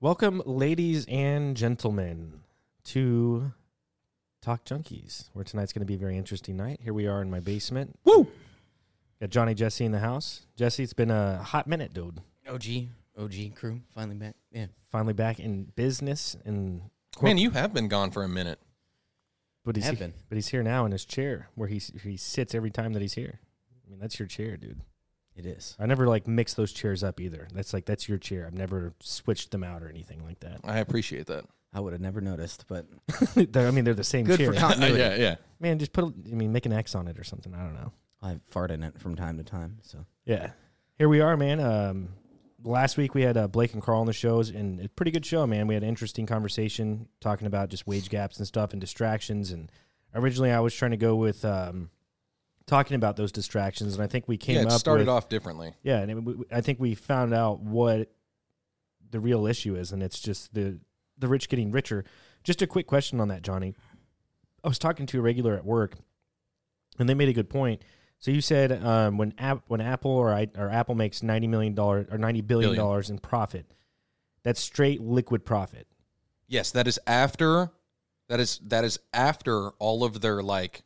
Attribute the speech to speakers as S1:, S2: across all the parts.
S1: Welcome, ladies and gentlemen, to Talk Junkies, where tonight's going to be a very interesting night. Here we are in my basement. Woo! Got Johnny Jesse in the house. Jesse, it's been a hot minute, dude.
S2: OG, OG crew, finally back. Yeah,
S1: Finally back in business, and
S3: Man, you have been gone for a minute.
S1: but he's
S2: have been.
S1: but he's here now in his chair where he he sits every time that he's here. I mean, that's your chair, dude.
S2: it is.
S1: I never like mix those chairs up either. That's like that's your chair. I've never switched them out or anything like that.
S3: I appreciate that.
S2: I would have never noticed, but
S1: They're- I mean, they're the same
S2: good
S1: chair.
S2: for continuity.
S3: yeah, yeah.
S1: Man, just put a, I mean, make an X on it or something. I don't know.
S2: I fart in it from time to time. So
S1: Yeah. Here we are, man. Um, last week we had uh, Blake and Carl on the shows, and a pretty good show, man. We had an interesting conversation talking about just wage gaps and stuff and distractions. And originally I was trying to go with um, talking about those distractions, and I think we came
S3: yeah, it
S1: up
S3: started
S1: with,
S3: off differently.
S1: Yeah, and it, we, we- I think we found out what the real issue is, and it's just the the rich getting richer. Just a quick question on that, Johnny. I was talking to a regular at work, and they made a good point. So you said um, when app when Apple or I, or Apple makes ninety million dollars or ninety billion
S3: Billion.
S1: dollars in profit, that's straight liquid profit.
S3: Yes, that is after that is that is after all of their like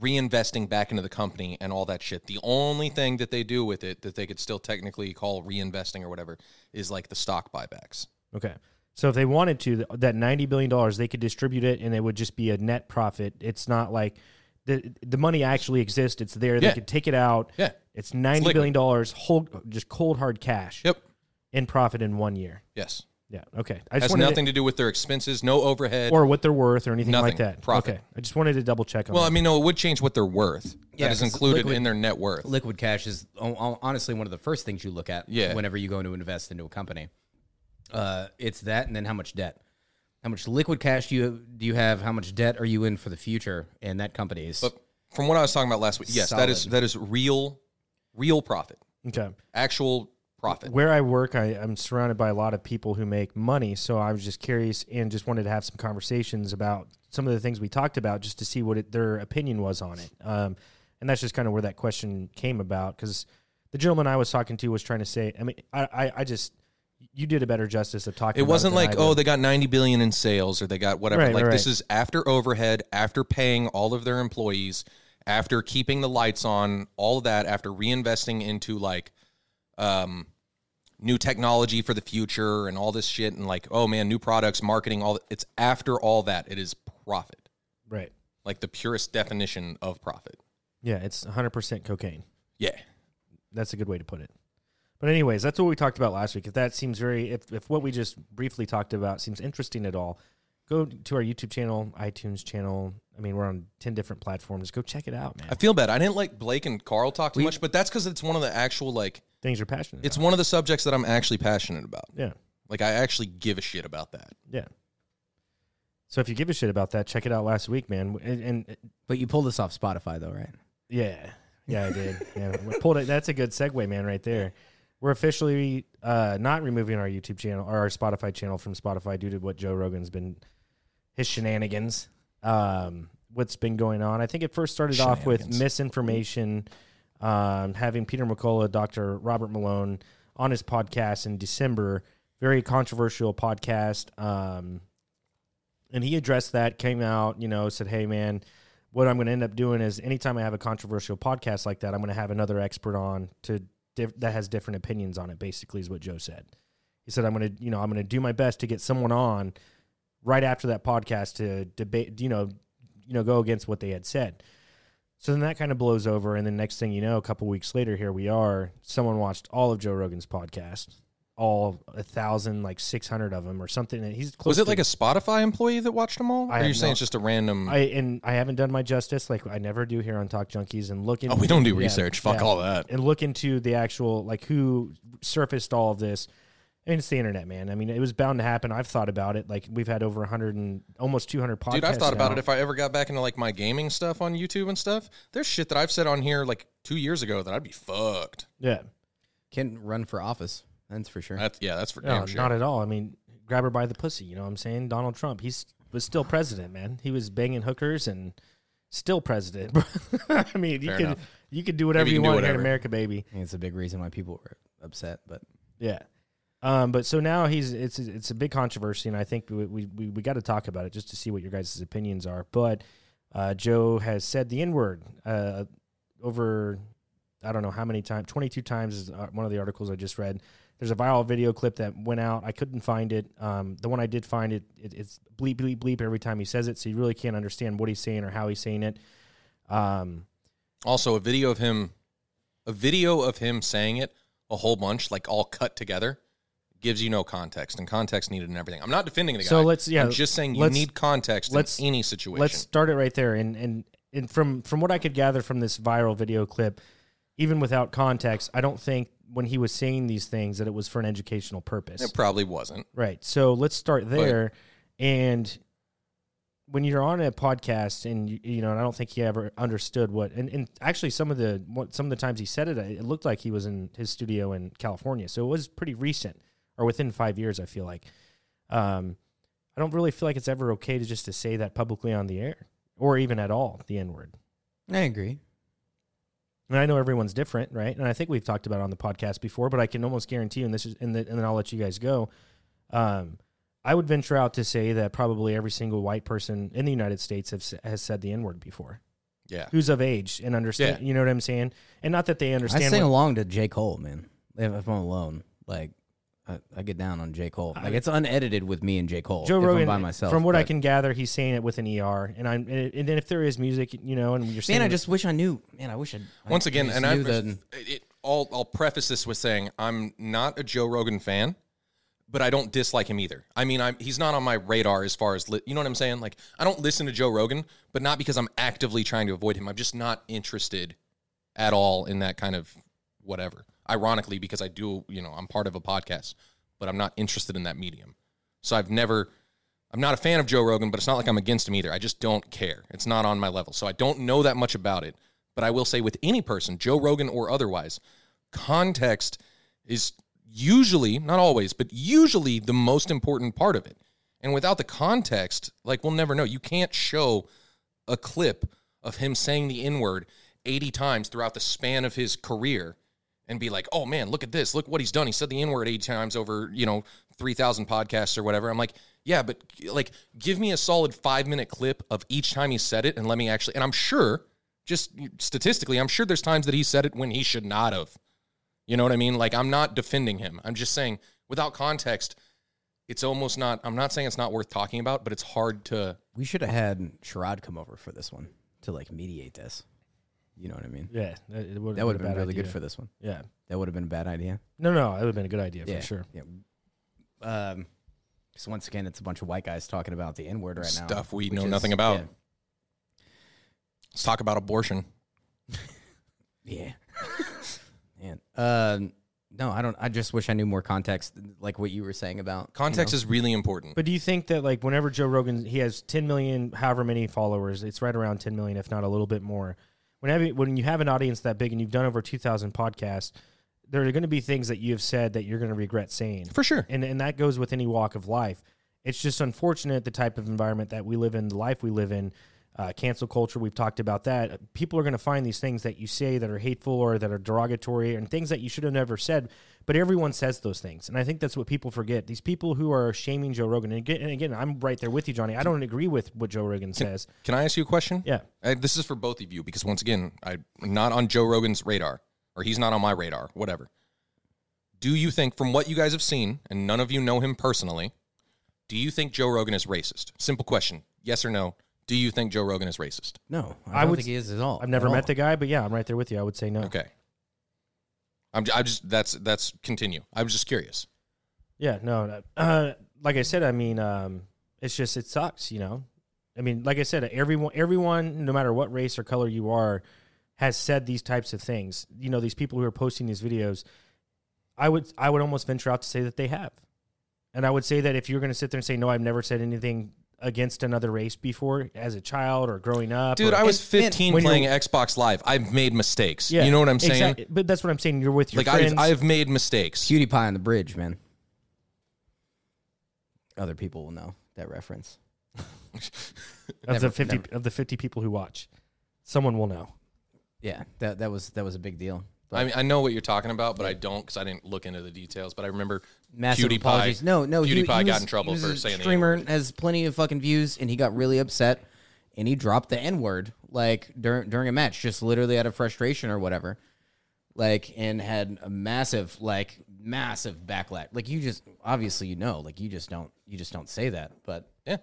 S3: reinvesting back into the company and all that shit. The only thing that they do with it that they could still technically call reinvesting or whatever is like the stock buybacks.
S1: Okay. So if they wanted to, th- that ninety billion dollars, they could distribute it, and it would just be a net profit. It's not like the the money actually exists; it's there. They
S3: Yeah.
S1: could take it out.
S3: Yeah.
S1: It's ninety
S3: liquid.
S1: billion dollars, hold just cold hard cash
S3: Yep.
S1: in profit in one year.
S3: Yes.
S1: Yeah. Okay. I just
S3: Has
S1: wanted
S3: nothing to do with their expenses, no overhead.
S1: to, or what they're worth or anything like
S3: Nothing.
S1: that.
S3: Profit.
S1: Okay. I just wanted to double check on.
S3: well,
S1: that.
S3: I mean, no, it would change what they're worth.
S2: Yeah,
S3: that is
S2: 'cause
S3: included
S2: liquid-
S3: in their net worth.
S2: liquid cash is o- o- honestly one of the first things you look at.
S3: Yeah.
S2: whenever you go to invest into a company, uh, it's that, and then how much debt, how much liquid cash do you do you have? How much debt are you in for the future? And that company is
S3: But from what I was talking about last week, yes, that is
S2: Solid.
S3: that is real, real profit,
S1: okay.
S3: actual profit.
S1: Where I work, I, I'm surrounded by a lot of people who make money. So I was just curious and just wanted to have some conversations about some of the things we talked about just to see what it, their opinion was on it. Um, and that's just kind of where that question came about because the gentleman I was talking to was trying to say, I mean, I, I, I just, you did a better justice of talking
S3: It
S1: about
S3: wasn't
S1: than I
S3: like
S1: did.
S3: oh they got ninety billion in sales or they got whatever.
S1: Right,
S3: like
S1: right,
S3: this
S1: right.
S3: is after overhead, after paying all of their employees, after keeping the lights on, all of that, after reinvesting into like um, new technology for the future and all this shit and like oh man, new products, marketing, all. It's after all that. It is profit,
S1: right.
S3: like the purest definition of profit.
S1: Yeah. It's 100% cocaine.
S3: Yeah.
S1: That's a good way to put it. But anyways, that's what we talked about last week. If that seems very if, if what we just briefly talked about seems interesting at all, go to our YouTube channel, iTunes channel. I mean, we're on 10 different platforms. Go check it out, man.
S3: I feel bad. I didn't like Blake and Carl talk too much, but that's because it's one of the actual like
S1: Things you're passionate
S3: it's one of the subjects that I'm actually passionate about.
S1: about.
S3: Like I actually give a shit about that.
S1: Yeah. Yeah. So if you give a shit about that, check it out last week, man. And, and
S2: but you pull this off Spotify though, right?
S1: yeah. Yeah, I did. Yeah. We pulled it. That's a good segue, man, right there. We're officially uh, not removing our YouTube channel or our Spotify channel from Spotify due to what Joe Rogan's been his shenanigans, um, what's been going on. I think it first started off with
S3: Shenanigans.
S1: misinformation, um, having Peter McCullough, Dr. Robert Malone on his podcast in December, very controversial podcast. Um, and he addressed that, came out, you know, said, hey, man, what I'm going to end up doing is anytime I have a controversial podcast like that, I'm going to have another expert on to diff- that has different opinions on it, basically, is what Joe said. He said, I'm going to, you know, I'm going to do my best to get someone on right after that podcast to debate, you know, you know, go against what they had said. So then that kind of blows over, and then next thing you know, a couple weeks later, here we are. Someone watched all of Joe Rogan's podcast, all a thousand, like six hundred of them, or something. And he's close
S3: Was it
S1: to-
S3: like a Spotify employee that watched them all?
S1: I
S3: or
S1: have
S3: you're saying
S1: no-
S3: it's just a random?
S1: I and I haven't done my justice, like I never do here on Talk Junkies, and look. Into,
S3: oh, we don't do
S1: yeah,
S3: research. Fuck
S1: yeah.
S3: all that.
S1: and look into the actual like who surfaced all of this. I mean, it's the internet, man. I mean, it was bound to happen. I've thought about it. Like we've had over 100 and almost 200 podcasts.
S3: Dude, I've thought about
S1: now.
S3: it. If I ever got back into like my gaming stuff on YouTube and stuff, there's shit that I've said on here like two years ago that I'd be fucked.
S1: yeah,
S2: Can run for office. That's for sure.
S3: That's yeah, that's for
S1: no,
S3: damn sure.
S1: not at all. I mean, grab her by the pussy. You know what I'm saying? Donald Trump. He's was still president, man. He was banging hookers and still president. I mean, you
S3: Fair
S1: could
S3: enough.
S1: you could do whatever
S3: Maybe
S1: you,
S3: you can do
S1: want here in
S3: whatever.
S1: America, baby.
S2: I think it's a big reason why people were upset, but
S1: Yeah. Um, but so now he's it's it's a big controversy, and I think we we we, we got to talk about it just to see what your guys' opinions are. But uh, Joe has said the N word uh, over I don't know how many times, twenty two times is uh, one of the articles I just read. There's a viral video clip that went out. I couldn't find it. Um, the one I did find it, it, it's bleep bleep bleep every time he says it, so you really can't understand what he's saying or how he's saying it. Um,
S3: Also, a video of him, a video of him saying it a whole bunch, like all cut together, gives you no context, and context needed and everything. I'm not defending the guy.
S1: So let's- yeah,
S3: I'm just saying you
S1: let's-
S3: need context
S1: let's-
S3: in any situation.
S1: Let's start it right there. And and and from from what I could gather from this viral video clip, even without context, I don't think when he was saying these things that it was for an educational purpose.
S3: it probably wasn't.
S1: Right. So let's start there. And when you're on a podcast, and you, you know, and I don't think he ever understood what, and, and actually some of the what, some of the times he said it, it looked like he was in his studio in California. So it was pretty recent, or within five years, I feel like. Um, I don't really feel like it's ever okay to just to say that publicly on the air, or even at all, the N word.
S2: I agree.
S1: And I know everyone's different, right? And I think we've talked about it on the podcast before, but I can almost guarantee you, and this is, and, the, and then I'll let you guys go. Um, I would venture out to say that probably every single white person in the United States have, s- has said the N word before,
S3: Yeah.
S1: who's of age and understand.
S3: Yeah.
S1: You know what I'm saying? And not that they
S2: I
S1: understand.
S2: sing
S1: what,
S2: along to J. Cole, man. If, if I'm alone, like I, I get down on J. Cole. Like it's unedited with me and J. Cole.
S1: Joe
S2: if
S1: Rogan,
S2: I'm by myself.
S1: from what I
S2: but-
S1: can gather, he's saying it with an ER, and I'm, and, and then if there is music, you know, and you're saying,
S2: man, I just wish I knew. Man, I wish I I
S3: Once again,
S2: just
S3: and I,
S2: knew the-
S3: it, I'll, I'll preface this with saying I'm not a Joe Rogan fan, but I don't dislike him either. I mean, I'm he's not on my radar as far as li- you know what I'm saying. Like, I don't listen to Joe Rogan, but not because I'm actively trying to avoid him. I'm just not interested at all in that kind of whatever. Ironically, because I do, you know, I'm part of a podcast, but I'm not interested in that medium. So I've never. I'm not a fan of Joe Rogan, but it's not like I'm against him either. I just don't care. It's not on my level. So I don't know that much about it. But I will say with any person, Joe Rogan or otherwise, context is usually, not always, but usually the most important part of it. And without the context, like we'll never know. You can't show a clip of him saying the N word 80 times throughout the span of his career and be like, oh man, look at this. Look what he's done. He said the N word 80 times over, you know, 3,000 podcasts or whatever. I'm like, yeah, but like, give me a solid five minute clip of each time he said it and let me actually, and I'm sure, just statistically, I'm sure there's times that he said it when he should not have. You know what I mean? Like, I'm not defending him. I'm just saying, without context, it's almost not, I'm not saying it's not worth talking about, but it's hard to
S2: we should have had Sherrod come over for this one to like mediate this. You know what I mean?
S1: yeah, it would've
S2: That would have
S1: a
S2: been
S1: bad
S2: really
S1: idea.
S2: good for this one.
S1: yeah.
S2: That would have been a bad idea.
S1: No, no, it would have been a good idea for sure.
S2: Yeah. Um, so once again, it's a bunch of white guys talking about the N word right now.
S3: stuff we
S2: which
S3: know
S2: is-
S3: nothing about. Let's talk about abortion.
S2: Yeah. yeah. Man. Um, no, I don't. I just wish I knew more context, like what you were saying about.
S3: Context is really important.
S1: But do you think that like whenever Joe Rogan he has 10 million, however many followers, it's right around 10 million, if not a little bit more. Whenever when you have an audience that big and you've done over 2,000 podcasts, there are going to be things that you have said that you're going to regret saying,
S3: for sure.
S1: and and that goes with any walk of life. It's just unfortunate the type of environment that we live in, the life we live in. Uh, cancel culture, we've talked about that. People are going to find these things that you say that are hateful or that are derogatory and things that you should have never said, but everyone says those things. And I think that's what people forget. These people who are shaming Joe Rogan, and again, and again I'm right there with you, Johnny. I don't agree with what Joe Rogan says.
S3: Can I ask you a question?
S1: Yeah.
S3: Uh, this is for both of you because once again, I'm not on Joe Rogan's radar, or he's not on my radar, whatever. Do you think, from what you guys have seen, and none of you know him personally, do you think Joe Rogan is racist? Simple question: Yes or no? Do you think Joe Rogan is racist?
S2: No, I,
S1: I
S2: don't
S1: would-
S2: think he is at all.
S1: I've never
S2: at
S1: met
S2: all.
S1: the guy, but yeah, I'm right there with you. I would say no.
S3: Okay. I'm. j- I just. That's. That's. Continue. I was just curious.
S1: Yeah, no. no. Uh, like I said, I mean, um, it's just it sucks, you know. I mean, like I said, everyone, everyone, no matter what race or color you are, has said these types of things. You know, these people who are posting these videos, I would, I would almost venture out to say that they have, and I would say that if you're going to sit there and say, "No, I've never said anything against another race before," as a child or growing up,
S3: Dude,
S1: or-
S3: I was
S2: and
S3: 15
S1: when you're-
S3: playing Xbox Live. I've made mistakes.
S1: Yeah,
S3: you know what I'm saying?
S1: exact- But that's what I'm saying. You're with your
S3: Like
S1: friends.
S3: I've, I've made mistakes.
S2: cutie pie on the bridge, man. Other people will know that reference.
S1: of
S2: never-
S1: the fifty of the fifty people who watch, someone will know.
S2: Yeah, that that was that was a big deal.
S3: I mean, I know what you're talking about, but I don't because I didn't look into the details. But I remember
S2: Massive
S3: PewDiePie.
S2: apologies. No, no, he-
S3: PewDiePie
S2: he
S3: got
S2: was-
S3: in trouble
S2: he was
S3: for
S2: a
S3: saying the
S2: streamer has plenty of fucking views, and he got really upset, and he dropped the n word like during during a match, just literally out of frustration or whatever, like, and had a massive like massive backlash. Like you just obviously you know, like you just don't you just don't say that, but
S3: Yeah.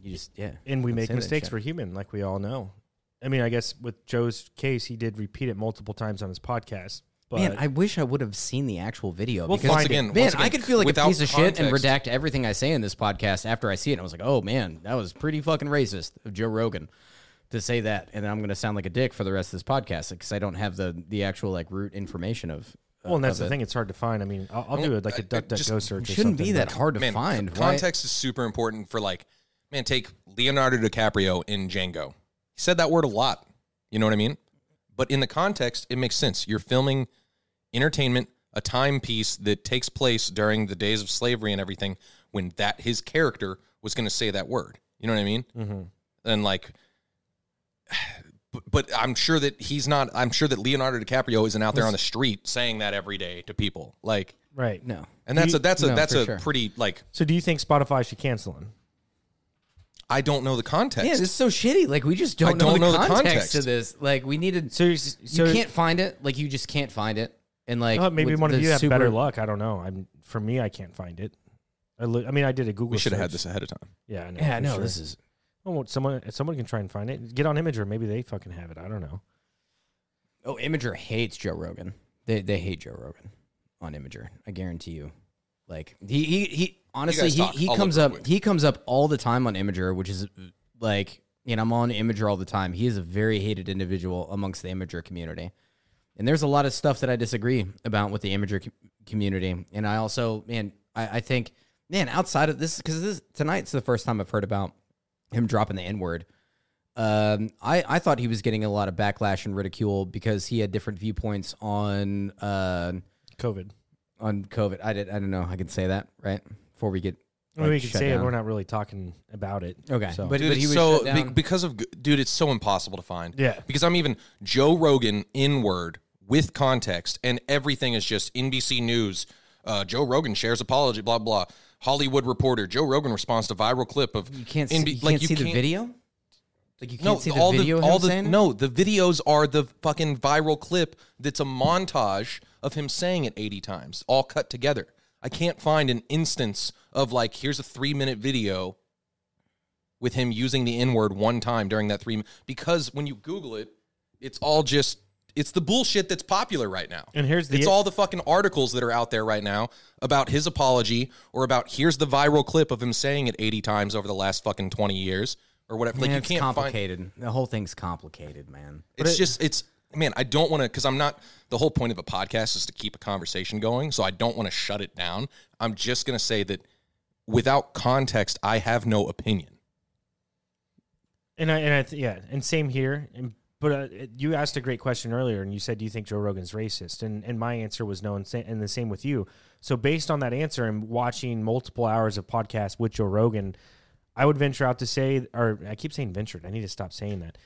S2: you just yeah,
S1: and we
S2: don't
S1: make
S2: say that
S1: mistakes.
S2: shit.
S1: We're human, like we all know. I mean, I guess with Joe's case, he did repeat it multiple times on his podcast. But
S2: Man, I wish I would have seen the actual video.
S1: We'll
S2: because
S1: find
S3: Once again,
S2: Man,
S3: once again,
S2: I could feel like a
S3: without
S2: piece of shit and
S3: context.
S2: redact everything I say in this podcast after I see it. And I was like, oh man, that was pretty fucking racist of Joe Rogan to say that, and then I'm gonna sound like a dick for the rest of this podcast because I don't have the the actual like root information of. uh,
S1: well, and that's
S2: of
S1: the
S2: it. uh,
S1: thing; it's hard to find. I mean, I'll, I'll do it like a
S3: I- I just-
S1: DuckDuckGo search. or
S2: Shouldn't be
S1: something,
S2: that
S1: but-
S2: hard to
S3: Man,
S2: find.
S3: c-
S2: Why-
S3: context is super important for like, man, take Leonardo DiCaprio in Django. He said that word a lot. You know what I mean? But in the context, it makes sense. You're filming entertainment, a timepiece that takes place during the days of slavery and everything, when that his character was going to say that word. You know what I mean? Mm-hmm. And like, but, but I'm sure that he's not. I'm sure that Leonardo DiCaprio isn't out there on the street saying that every day to people. Like,
S1: right?
S2: No,
S3: and that's
S1: You-
S3: a that's a
S2: no,
S3: that's
S2: for
S3: a
S2: sure.
S3: pretty like
S1: So, do you think Spotify should cancel him?
S3: I don't know the context.
S2: yeah, this is so shitty. Like we just don't,
S3: I don't know the
S2: context,
S3: context.
S2: to this. Like we needed.
S1: So, so
S2: you can't find it. Like you just can't find it. And like
S1: Oh, maybe
S2: with
S1: one of
S2: the
S1: you have
S2: super-
S1: better luck. I don't know. I'm for me, I can't find it. I, li- I mean, I did a Google.
S3: we should have had
S1: search.
S3: this ahead of time.
S1: Yeah, I know.
S2: Yeah,
S1: for
S2: no,
S1: sure.
S2: this is
S1: Oh, well, someone someone can try and find it. Get on Imager. Maybe they fucking have it. I don't know.
S2: Oh, Imager hates Joe Rogan. They they hate Joe Rogan on Imager. I guarantee you. Like he he, he honestly
S3: guys
S2: he,
S3: talk.
S2: he
S3: I'll
S2: comes
S3: look
S2: up
S3: real quick.
S2: he comes up all the time on Imager, which is like you know I'm on Imager all the time. He is a very hated individual amongst the Imager community, and there's a lot of stuff that I disagree about with the Imager co- community. And I also man I, I think man outside of this because this tonight's the first time I've heard about him dropping the N word. Um, I, I thought he was getting a lot of backlash and ridicule because he had different viewpoints on uh,
S1: COVID.
S2: on COVID. I did I don't know I can say that right before we get
S1: I mean,
S2: like,
S1: we can
S2: shut
S1: say it.
S2: down.
S1: We're not really talking about it.
S2: okay,
S1: So-
S2: but,
S3: Dude,
S2: but he
S3: it's
S2: was
S3: so
S2: shut down.
S3: be- because of g- dude, it's so impossible to find.
S1: Yeah.
S3: because I'm even Joe Rogan in word with context, and everything is just NBC News. Uh, Joe Rogan shares apology, blah blah. Hollywood Reporter. Joe Rogan responds to viral clip of
S2: you can't see,
S3: NB
S2: you can't see the video. Like you can't
S3: No,
S2: see the
S3: all
S2: video.
S3: the
S2: of
S3: all
S2: him
S3: the
S2: saying it?
S3: no, the videos are the fucking viral clip that's a montage of him saying it 80 times, all cut together. I can't find an instance of like here's a 3-minute video with him using the n-word one time during that 3 mi- because when you google it, it's all just it's the bullshit that's popular right now.
S1: And here's the-
S3: It's all the fucking articles that are out there right now about his apology or about here's the viral clip of him saying it 80 times over the last fucking 20 years or whatever. Like
S2: Man,
S3: you
S2: it's
S3: can't find
S2: complicated. the whole thing's complicated, man.
S3: it's just it's man, I don't want to because I'm not the whole point of a podcast is to keep a conversation going, so I don't want to shut it down. I'm just gonna say that without context, I have no opinion.
S1: And I and I th- yeah, and same here. And but uh, you asked a great question earlier, and you said, "Do you think Joe Rogan's racist?" And and my answer was no, and, sa- and the same with you. So based on that answer and watching multiple hours of podcasts with Joe Rogan, I would venture out to say, or I keep saying ventured. I need to stop saying that.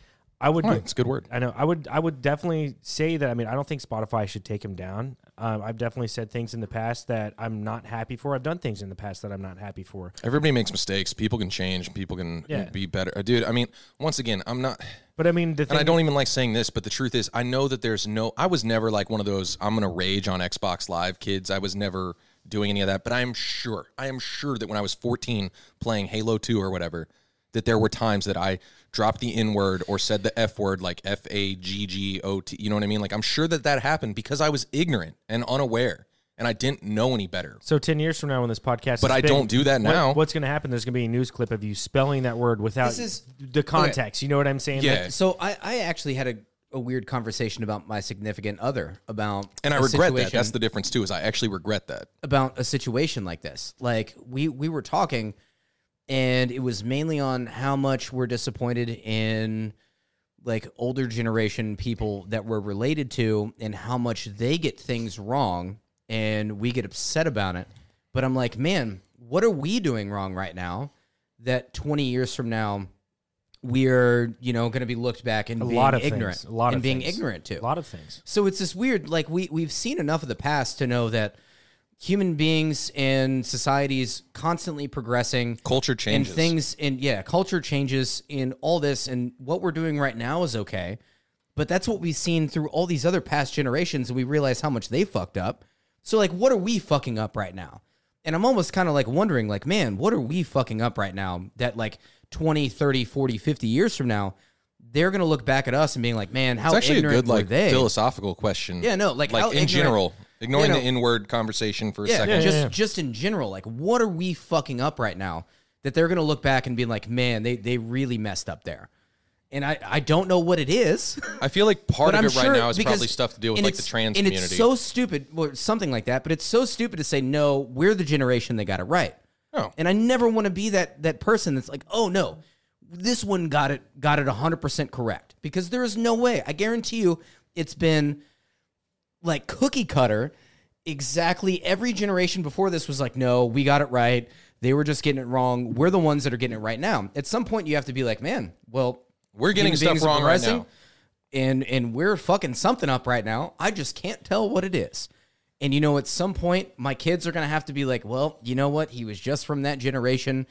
S1: I would.
S3: Fine, it's a good word.
S1: I know. I would. I would definitely say that. I mean, I don't think Spotify should take him down. Um, I've definitely said things in the past that I'm not happy for. I've done things in the past that I'm not happy for.
S3: Everybody makes mistakes. People can change. People can
S1: Yeah.
S3: be better. Uh, Dude, I mean, once again, I'm not,
S1: But I mean, the thing
S3: and I don't even like saying this, but the truth is, I know that there's no. I was never like one of those. I'm gonna rage on Xbox Live kids. I was never doing any of that. But I am sure. I am sure that when I was 14 playing Halo 2 or whatever, that there were times that I dropped the N word or said the F word, like F A G G O T. You know what I mean? Like I'm sure that that happened because I was ignorant and unaware, and I didn't know any better.
S1: So ten years from now, when this podcast,
S3: But
S1: is
S3: I
S1: big,
S3: don't do that
S1: what-
S3: now.
S1: what's going to happen? There's going to be a news clip of you spelling that word without
S2: This is-
S1: the context. You know what I'm saying?
S3: Yeah.
S1: Like,
S2: So I, I actually had a, a weird conversation about my significant other about
S3: And I
S2: a
S3: regret that.
S2: situation-
S3: That's the difference too. Is I actually regret that.
S2: about a situation like this. Like we we were talking, and it was mainly on how much we're disappointed in like older generation people that we're related to, and how much they get things wrong, and we get upset about it. But I'm like, man, what are we doing wrong right now? That 20 years from now, we are, you know, going to be looked back and
S1: A
S2: being
S1: lot of
S2: ignorant,
S1: things. A lot
S2: and
S1: of
S2: being
S1: things.
S2: ignorant to.
S1: A lot of things.
S2: So it's this weird, like we we've seen enough of the past to know that human beings and societies constantly progressing,
S3: Culture
S2: and
S3: changes.
S2: things, and yeah, culture changes in all this, and what we're doing right now is okay, but that's what we've seen through all these other past generations, and we realize how much they fucked up. So like, what are we fucking up right now? And I'm almost kind of like wondering, like, man, what are we fucking up right now that like 20, 30, 40, 50 years from now, they're going to look back at us and being like, man, how
S3: It's actually a
S2: ignorant
S3: good
S2: were
S3: like
S2: they?
S3: philosophical question.
S2: Yeah, no, like,
S3: like
S2: how
S3: in
S2: ignorant-
S3: general, ignoring
S2: Yeah,
S3: the
S2: no.
S3: inward conversation for a
S2: yeah,
S3: second.
S2: just
S1: yeah, yeah.
S2: just in general, like what are we fucking up right now that they're gonna look back and be like, man, they they really messed up there, and I I don't know what it is,
S3: I feel like part
S2: but
S3: of
S2: I'm
S3: it
S2: sure
S3: right now is
S2: because-
S3: probably stuff to do with
S2: and
S3: like the
S2: it's-
S3: trans
S2: and
S3: community.
S2: it's so stupid or something like that, but it's so stupid to say no, we're the generation that got it right,
S3: Oh.
S2: and I never want to be that that person that's like, oh no. This one got it got it 100% correct because there is no way. I guarantee you it's been like cookie cutter exactly every generation before this was like no we got it right they were just getting it wrong we're the ones that are getting it right now at some point you have to be like man well
S3: We're getting
S2: human
S3: stuff
S2: beings are
S3: wrong right
S2: progressing,
S3: now.
S2: and and we're fucking something up right now i just can't tell what it is and you know at some point my kids are gonna have to be like well you know what he was just from that generation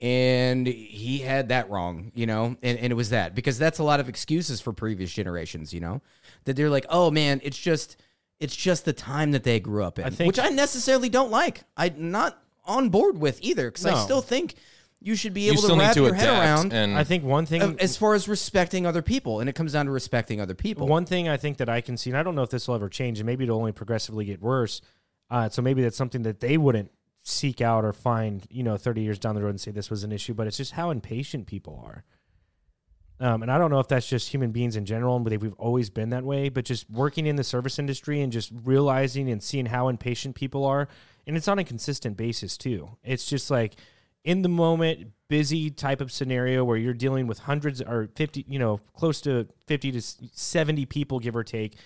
S2: and he had that wrong you know and, and it was that because that's a lot of excuses for previous generations you know that they're like oh man it's just it's just the time that they grew up in,
S1: think-
S2: which I necessarily don't like. I'm not on board with either because I
S1: No.
S2: still think you should be
S3: you
S2: able to
S3: still need
S2: wrap
S3: to
S2: your head
S3: adapt
S2: around
S3: and
S1: I think one thing
S2: as far as respecting other people, and it comes down to respecting other people.
S1: One thing I think that I can see, and I don't know if this will ever change, and maybe it'll only progressively get worse. Uh, so maybe that's something that they wouldn't seek out or find, you know, 30 years down the road and say this was an issue, but it's just how impatient people are. Um, and I don't know if that's just human beings in general, and we've always been that way, but just working in the service industry and just realizing and seeing how impatient people are. And it's on a consistent basis, too. It's just like in the moment, busy type of scenario where you're dealing with hundreds or 50, you know, close to 50 to s- 70 people, give or take.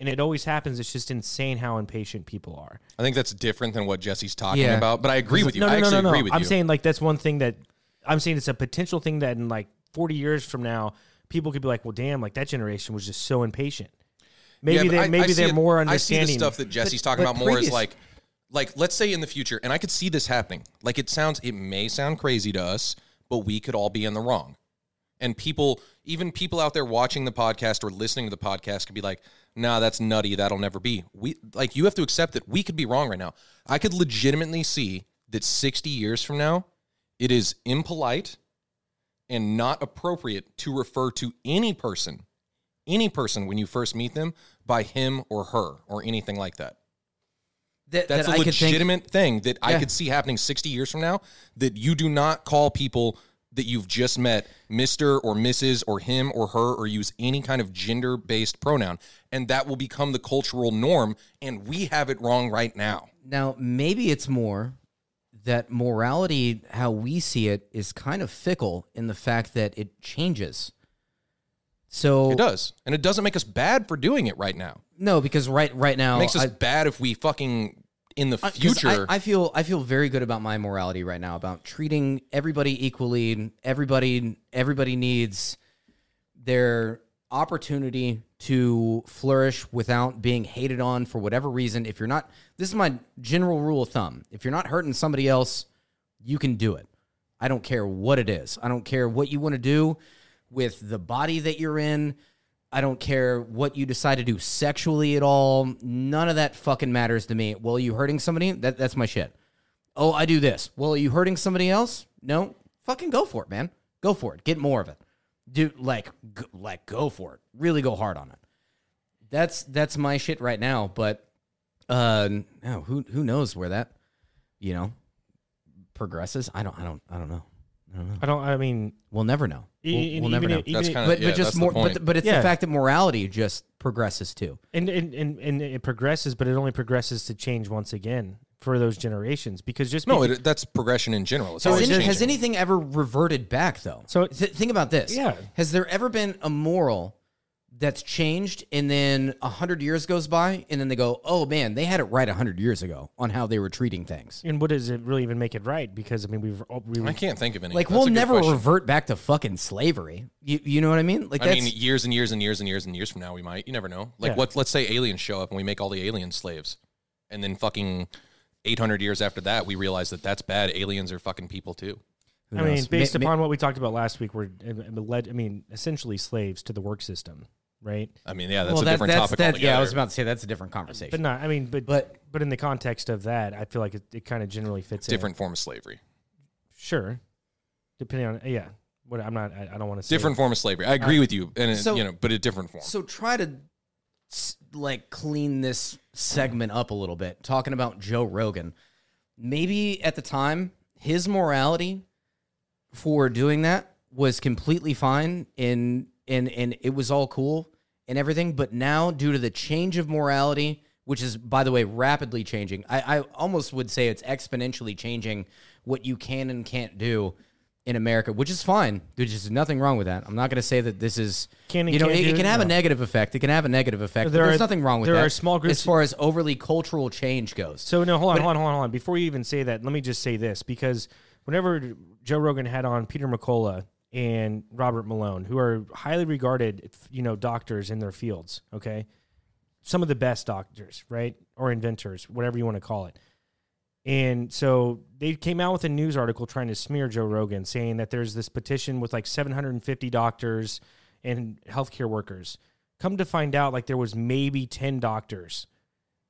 S1: And it always happens. It's just insane how impatient people are.
S3: I think that's different than what Jesse's talking
S2: Yeah.
S3: about. But I agree with you.
S1: No, no,
S3: I
S1: no,
S3: actually
S1: no, no.
S3: agree with
S1: I'm
S3: you.
S1: saying like that's one thing that I'm saying it's a potential thing that in like 40 years from now, people could be like, well, damn, like that generation was just so impatient. Maybe
S3: Yeah, but
S1: they
S3: I- I
S1: maybe
S3: see
S1: they're
S3: it-
S1: more
S3: I see
S1: understanding.
S3: the stuff that Jesse's
S2: But-
S3: talking
S2: but
S3: about more is
S2: previous-
S3: like, like let's say in the future, and I could see this happening. Like it sounds, it may sound crazy to us, but we could all be in the wrong. And people, even people out there watching the podcast or listening to the podcast, could be like, "Nah, that's nutty. That'll never be." We like you have to accept that we could be wrong right now. I could legitimately see that sixty years from now, it is impolite and not appropriate to refer to any person, any person when you first meet them by him or her or anything like that.
S2: that,
S3: That's
S2: that
S3: a
S2: I could think-
S3: legitimate thing that I
S2: Yeah.
S3: could see happening 60 years from now that you do not call people that you've just met Mr. or Mrs. or him or her or use any kind of gender based pronoun. And that will become the cultural norm. And we have it wrong right now.
S2: Now, maybe it's more that morality, how we see it, is kind of fickle in the fact that it changes. So
S3: It does. And it doesn't make us bad for doing it right now.
S2: no, because right right now
S3: It makes us
S2: I- Uh,
S3: bad if we fucking in the
S2: 'Cause
S3: future.
S2: I, I feel I feel very good about my morality right now about treating everybody equally. and Everybody everybody needs their opportunity to flourish without being hated on for whatever reason. If you're not, this is my general rule of thumb. If you're not hurting somebody else, you can do it. I don't care what it is. I don't care what you want to do with the body that you're in. I don't care what you decide to do sexually at all. None of that fucking matters to me. Well, you hurting somebody? That that's my shit. Oh, I do this. Well, are you hurting somebody else? No. Fucking go for it, man. Go for it. Get more of it. Do like g- like go for it. Really go hard on it. That's that's my shit right now, but uh no, who who knows where that you know progresses? I don't I don't I don't know.
S1: I don't. I mean,
S2: We'll never know. We'll,
S1: e- even,
S2: we'll never know.
S1: even
S3: That's
S1: if-
S3: kinda-
S2: but
S3: yeah,
S2: but just
S3: that's the
S2: more
S3: point.
S2: but, but it's
S1: Yeah.
S2: the fact that morality just progresses too.
S1: and and, and and it progresses, but it only progresses to change once again for those generations because just
S3: no,
S1: beca-
S3: it, that's progression in general. It's
S2: So
S3: always
S2: has, any- has
S3: changing.
S2: anything ever reverted back though?
S1: So-
S2: Th- think about this.
S1: Yeah.
S2: Has there ever been a moral that's changed and then 100 years goes by and then they go oh man they had it right 100 years ago on how they were treating things
S1: And what does it really even make it right? Because I mean, we've we,
S3: I can't think of any.
S2: like
S3: That's a
S2: we'll
S3: good
S2: never
S3: question.
S2: revert back to fucking slavery you, you know what i mean like
S3: I
S2: that's
S3: mean, years and years and years and years and years from now, we might. You never know. Like,
S1: Yeah.
S3: what? Let's say aliens show up and we make all the alien slaves, and then fucking eight hundred years after that, we realize that that's bad. Aliens are fucking people too.
S2: who
S1: I mean,
S2: knows?
S1: based
S2: Ma- ma-
S1: upon what we talked about last week, we're uh, alleged, I mean, essentially slaves to the work system, right?
S3: I mean, yeah, that's
S2: well,
S3: a
S2: that-
S3: different
S2: that's-
S3: topic
S2: that-
S3: altogether.
S2: yeah i was about to say that's a different conversation
S1: But not, I mean, but
S2: But-
S1: but, but in the context of that, I feel like it, it kind of generally fits in.
S3: different form of slavery.
S1: sure, depending on yeah. What I'm not, I, I don't want to say
S3: Different form of slavery. I agree with you, and it-
S2: So-
S3: you know, but a different form.
S2: So try to s- like clean this segment up a little bit. Talking about Joe Rogan, maybe at the time his morality for doing that was completely fine and and and it was all cool and everything. But now, due to the change of morality, which is by the way rapidly changing, I, I almost would say it's exponentially changing what you can and can't do. In America, which is fine. There's just nothing wrong with that. I'm not going to say that this is
S1: Can and
S2: you know,
S1: can't
S2: it,
S1: do
S2: it
S1: it?
S2: can have a
S1: No.
S2: negative effect. It can have a negative effect. but
S1: There
S2: there's
S1: are-
S2: nothing wrong with
S1: there
S2: that.
S1: are small groups-
S2: as far as overly cultural change goes.
S1: So no, hold on, hold on, hold on, hold on. Before you even say that, let me just say this because whenever Joe Rogan had on Peter McCullough and Robert Malone, who are highly regarded, you know, doctors in their fields, okay, some of the best doctors, right, or inventors, whatever you want to call it. And so they came out with a news article trying to smear Joe Rogan, saying that there's this petition with like 750 doctors and healthcare workers. Come to find out, like there was maybe 10 doctors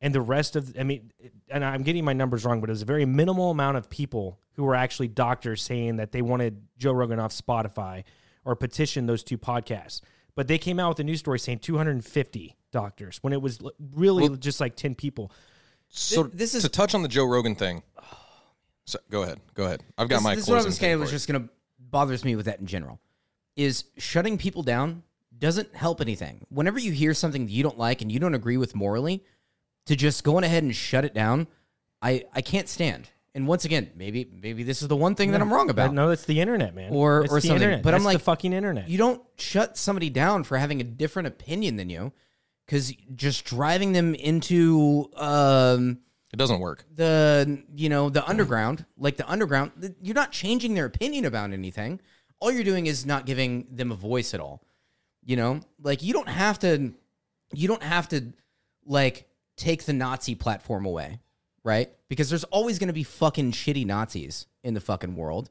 S1: and the rest of i mean and i'm getting my numbers wrong but it was a very minimal amount of people who were actually doctors saying that they wanted joe rogan off spotify or petition those two podcasts but they came out with a news story saying 250 doctors when it was l- really just like 10 people
S3: So
S2: Th- this
S3: this
S2: is-
S3: is to touch on the Joe Rogan thing. So, go ahead, go ahead. I've got
S2: this,
S3: my.
S2: this is what I was
S3: closing
S2: kind
S3: thing
S2: of was
S3: for you.
S2: just going to bothers me with that in general is shutting people down doesn't help anything. Whenever you hear something that you don't like and you don't agree with morally, to just go on ahead and shut it down, I I can't stand. And once again, maybe maybe this is the one thing that I'm wrong about.
S1: no that's the internet man
S2: Or-
S1: It's
S2: or
S1: the
S2: something.
S1: internet.
S2: But I'm
S1: That's
S2: like,
S1: the fucking internet
S2: you don't shut somebody down for having a different opinion than you because just driving them into um,
S3: It doesn't work.
S2: the you know the underground like the underground th- you're not changing their opinion about anything all you're doing is not giving them a voice at all you know like you don't have to you don't have to like take the nazi platform away right because there's always going to be fucking shitty nazis in the fucking world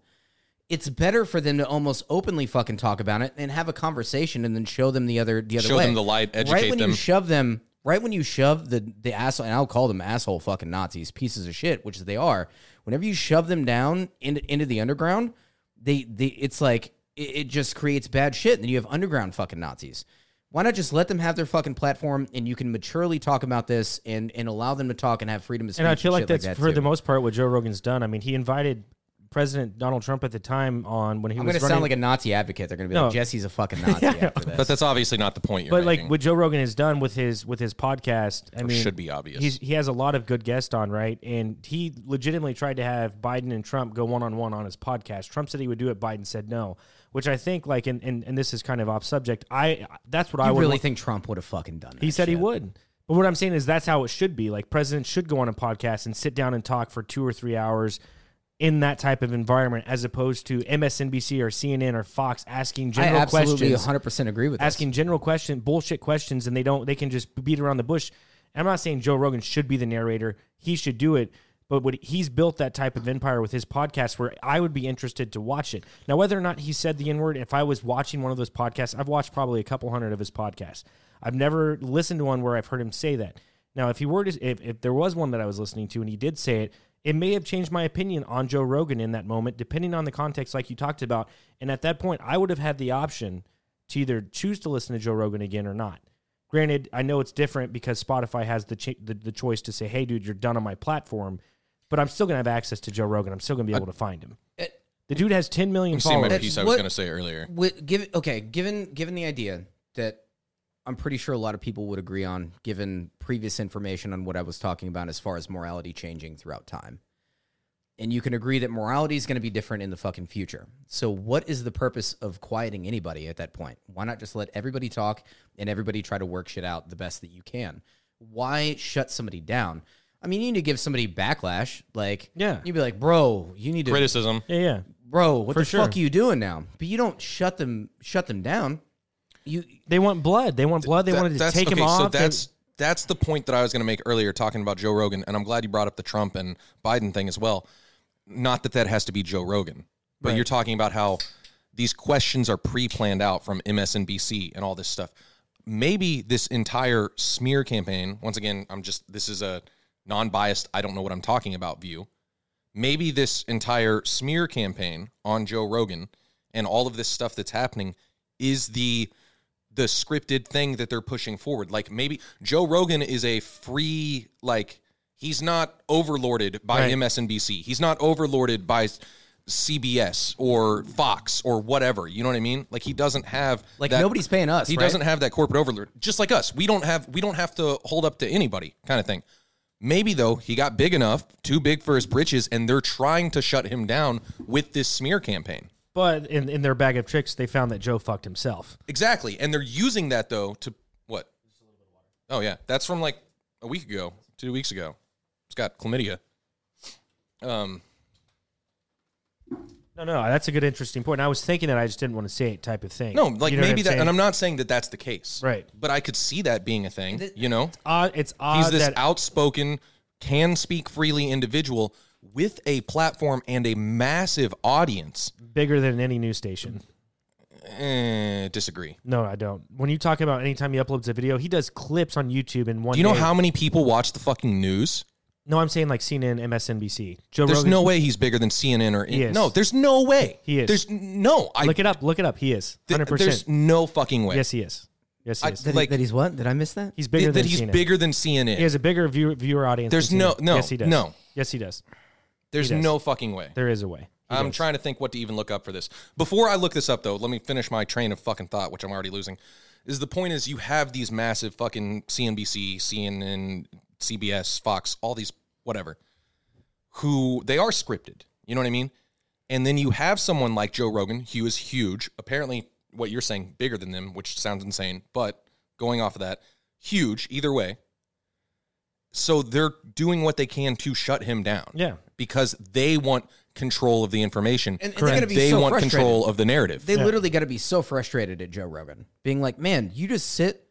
S2: it's better for them to almost openly fucking talk about it and have a conversation and then show them the other the other
S3: Show
S2: way.
S3: them the light,
S2: right
S3: educate
S2: when
S3: them.
S2: you shove them right when you shove the the asshole and I'll call them asshole fucking Nazis pieces of shit which they are whenever you shove them down into, into the underground they, they it's like it, it just creates bad shit and then you have underground fucking Nazis why not just let them have their fucking platform and you can maturely talk about this and and allow them to talk and have freedom of speech
S1: and I feel like
S2: shit
S1: that's
S2: that
S1: for
S2: too.
S1: the most part what Joe Rogan's done. I mean, he invited President Donald Trump at the time on when he
S2: I'm
S1: was
S2: gonna
S1: running.
S2: sound like a Nazi advocate. They're gonna be like,
S1: No.
S2: Jesse's a fucking Nazi after this.
S3: But that's obviously not the point you're
S1: but
S3: making.
S1: like what Joe Rogan has done with his with his podcast, I mean,
S3: should be obvious.
S1: He's, he has a lot of good guests on, right? And he legitimately tried to have Biden and Trump go one on one on his podcast. Trump said he would do it. Biden said no, which I think like and and, and this is kind of off subject. I that's what I
S2: I
S1: would
S2: really
S1: want-
S2: think Trump would have fucking done that.
S1: He said he
S2: shit.
S1: would. But what I'm saying is that's how it should be. Like presidents should go on a podcast and sit down and talk for two or three hours in that type of environment, as opposed to MSNBC or CNN or Fox asking
S2: I
S1: general
S2: absolutely
S1: questions,
S2: 100 percent agree with this.
S1: asking general question, bullshit questions, and they don't. They can just beat around the bush. I'm not saying Joe Rogan should be the narrator. He should do it. But what he's built that type of empire with his podcast, where I would be interested to watch it. Now, whether or not he said the N word, if I was watching one of those podcasts, I've watched probably a couple hundred of his podcasts. I've never listened to one where I've heard him say that. Now, if he were to, if, if there was one that I was listening to and he did say it, it may have changed my opinion on Joe Rogan in that moment, depending on the context, like you talked about. And at that point, I would have had the option to either choose to listen to Joe Rogan again or not. Granted, I know it's different because Spotify has the ch- the, the choice to say, "Hey, dude, you're done on my platform," but I'm still gonna have access to Joe Rogan. I'm still gonna be able to find him. The dude has 10 million
S3: you see my
S1: followers.
S3: piece I was
S2: what-
S3: going to say earlier.
S2: Wi- give, okay, given given the idea that I'm pretty sure a lot of people would agree on, given previous information on what I was talking about as far as morality changing throughout time, and you can agree that morality is going to be different in the fucking future. So, what is the purpose of quieting anybody at that point? Why not just let everybody talk and everybody try to work shit out the best that you can? Why shut somebody down? I mean, you need to give somebody backlash. Like,
S1: Yeah.
S2: you'd be like, bro, you need to,
S3: Criticism.
S1: Yeah, yeah.
S2: bro, what the
S1: sure.
S2: fuck are you doing now? But you don't shut them, shut them down. You,
S1: They want blood. They want blood. They wanted to
S3: that's-
S1: take him
S3: okay,
S1: off.
S3: So
S1: They-
S3: that's that's the point that I was going to make earlier, talking about Joe Rogan, and I'm glad you brought up the Trump and Biden thing as well. Not that that has to be Joe Rogan, but you're talking about how these questions are pre-planned out from MSNBC and all this stuff. Maybe this entire smear campaign. Once again, I'm just this is a non-biased. I don't know what I'm talking about view maybe this entire smear campaign on Joe Rogan and all of this stuff that's happening is the the scripted thing that they're pushing forward. Like maybe Joe Rogan is a free like he's not overlorded by
S1: Right.
S3: MSNBC. He's not overlorded by CBS or Fox or whatever. You know what I mean? Like he doesn't have
S2: like,
S3: that-
S2: nobody's paying us.
S3: he
S2: right?
S3: doesn't have that corporate overlord, just like us. We don't have we don't have to hold up to anybody, kind of thing. Maybe though he got big enough, too big for his britches, and they're trying to shut him down with this smear campaign.
S1: but in, in their bag of tricks, they found that Joe fucked himself.
S3: Exactly, and they're using that though to what? Oh yeah, that's from like a week ago, two weeks ago. It's got chlamydia. Um,
S1: No, no, that's a good, interesting point. And I was thinking that I just didn't want to say it, type of thing.
S3: no, like
S1: You know what
S3: maybe that,
S1: saying?
S3: and I'm not saying that that's the case,
S1: Right.
S3: But I could see that being a thing, you know.
S1: odd, it's odd
S3: He's this
S1: Uh, that
S3: outspoken, can speak freely individual with a platform and a massive audience.
S1: bigger than any news station.
S3: Eh, disagree.
S1: No, I don't. When you talk about anytime he uploads a video, he does clips on YouTube in one.
S3: Do you know
S1: day.
S3: how many people watch the fucking news?
S1: No, I'm saying like CNN, MSNBC. Joe
S3: There's
S1: Rogan.
S3: no way he's bigger than CNN or
S1: He is.
S3: no. There's no way
S1: He is.
S3: There's no. I
S1: Look it up. Look it up. He is
S3: th-
S1: 100.
S3: there's
S1: percent
S3: no fucking way.
S1: Yes, he is. Yes, he
S3: I-
S1: is.
S2: that,
S3: like-
S2: that he's what? Did I miss that?
S1: He's
S3: Th-
S1: bigger
S3: that
S1: than
S3: he's
S1: CNN.
S3: bigger than CNN.
S1: He has a bigger viewer, viewer audience.
S3: There's
S1: than
S3: no-
S1: CNN.
S3: no,
S1: Yes, he does.
S3: no.
S1: Yes, he does.
S3: There's
S1: he does.
S3: no fucking way.
S1: There is a way. He
S3: I'm
S1: does.
S3: trying to think what to even look up for this. Before I look this up, though, let me finish my train of fucking thought, which I'm already losing. Is the point is you have these massive fucking CNBC, CNN, CBS, Fox, all these whatever, who they are scripted. You know what I mean? And then you have someone like Joe Rogan, who is huge. Apparently, what you're saying, bigger than them, which sounds insane, but going off of that, huge either way. So they're doing what they can to shut him down
S1: Yeah.
S3: because they want control of the information.
S2: And- and they're gonna be
S3: they
S2: so
S3: want
S2: frustrated.
S3: control of the narrative.
S2: They literally got to be so frustrated at Joe Rogan, being like, "Man, you just sit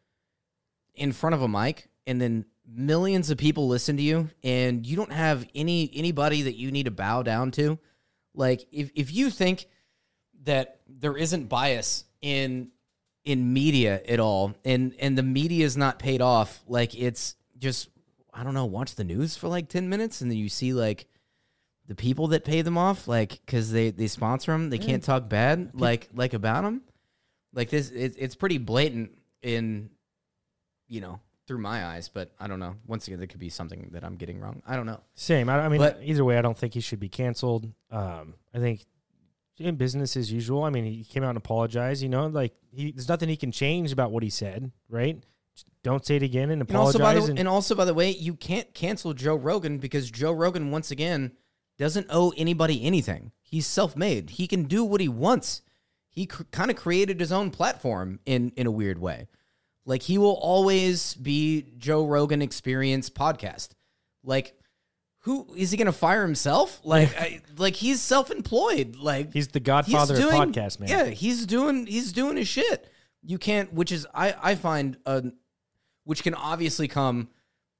S2: in front of a mic, and then millions of people listen to you, and you don't have any anybody that you need to bow down to." Like, if if you think that there isn't bias in in media at all, and and the media is not paid off, like it's just I don't know, watch the news for like ten minutes, and then you see like. The people that pay them off, like, because they they sponsor them, they can't talk bad, like, like about them, like this. It, it's pretty blatant in, you know, through my eyes. But I don't know. Once again, there could be something that I'm getting wrong. I don't know.
S1: Same. I, I mean,
S2: But-
S1: either way, I don't think he should be canceled. Um, I think in business as usual. I mean, he came out and apologized. You know, like he, there's nothing he can change about what he said, right? Just don't say it again and
S2: And also, by
S1: apologize.
S2: the and also by the way, you can't cancel Joe Rogan because Joe Rogan once again doesn't owe anybody anything. He's self-made. He can do what he wants. He cr- kind of created his own platform in in a weird way. Like he will always be Joe Rogan Experience podcast. Like who is he going to fire himself? Like I, like he's self-employed. Like
S1: he's the godfather
S2: he's doing-
S1: of podcast, man.
S2: Yeah, he's doing he's doing his shit. You can't, which is I I find uh, which can obviously come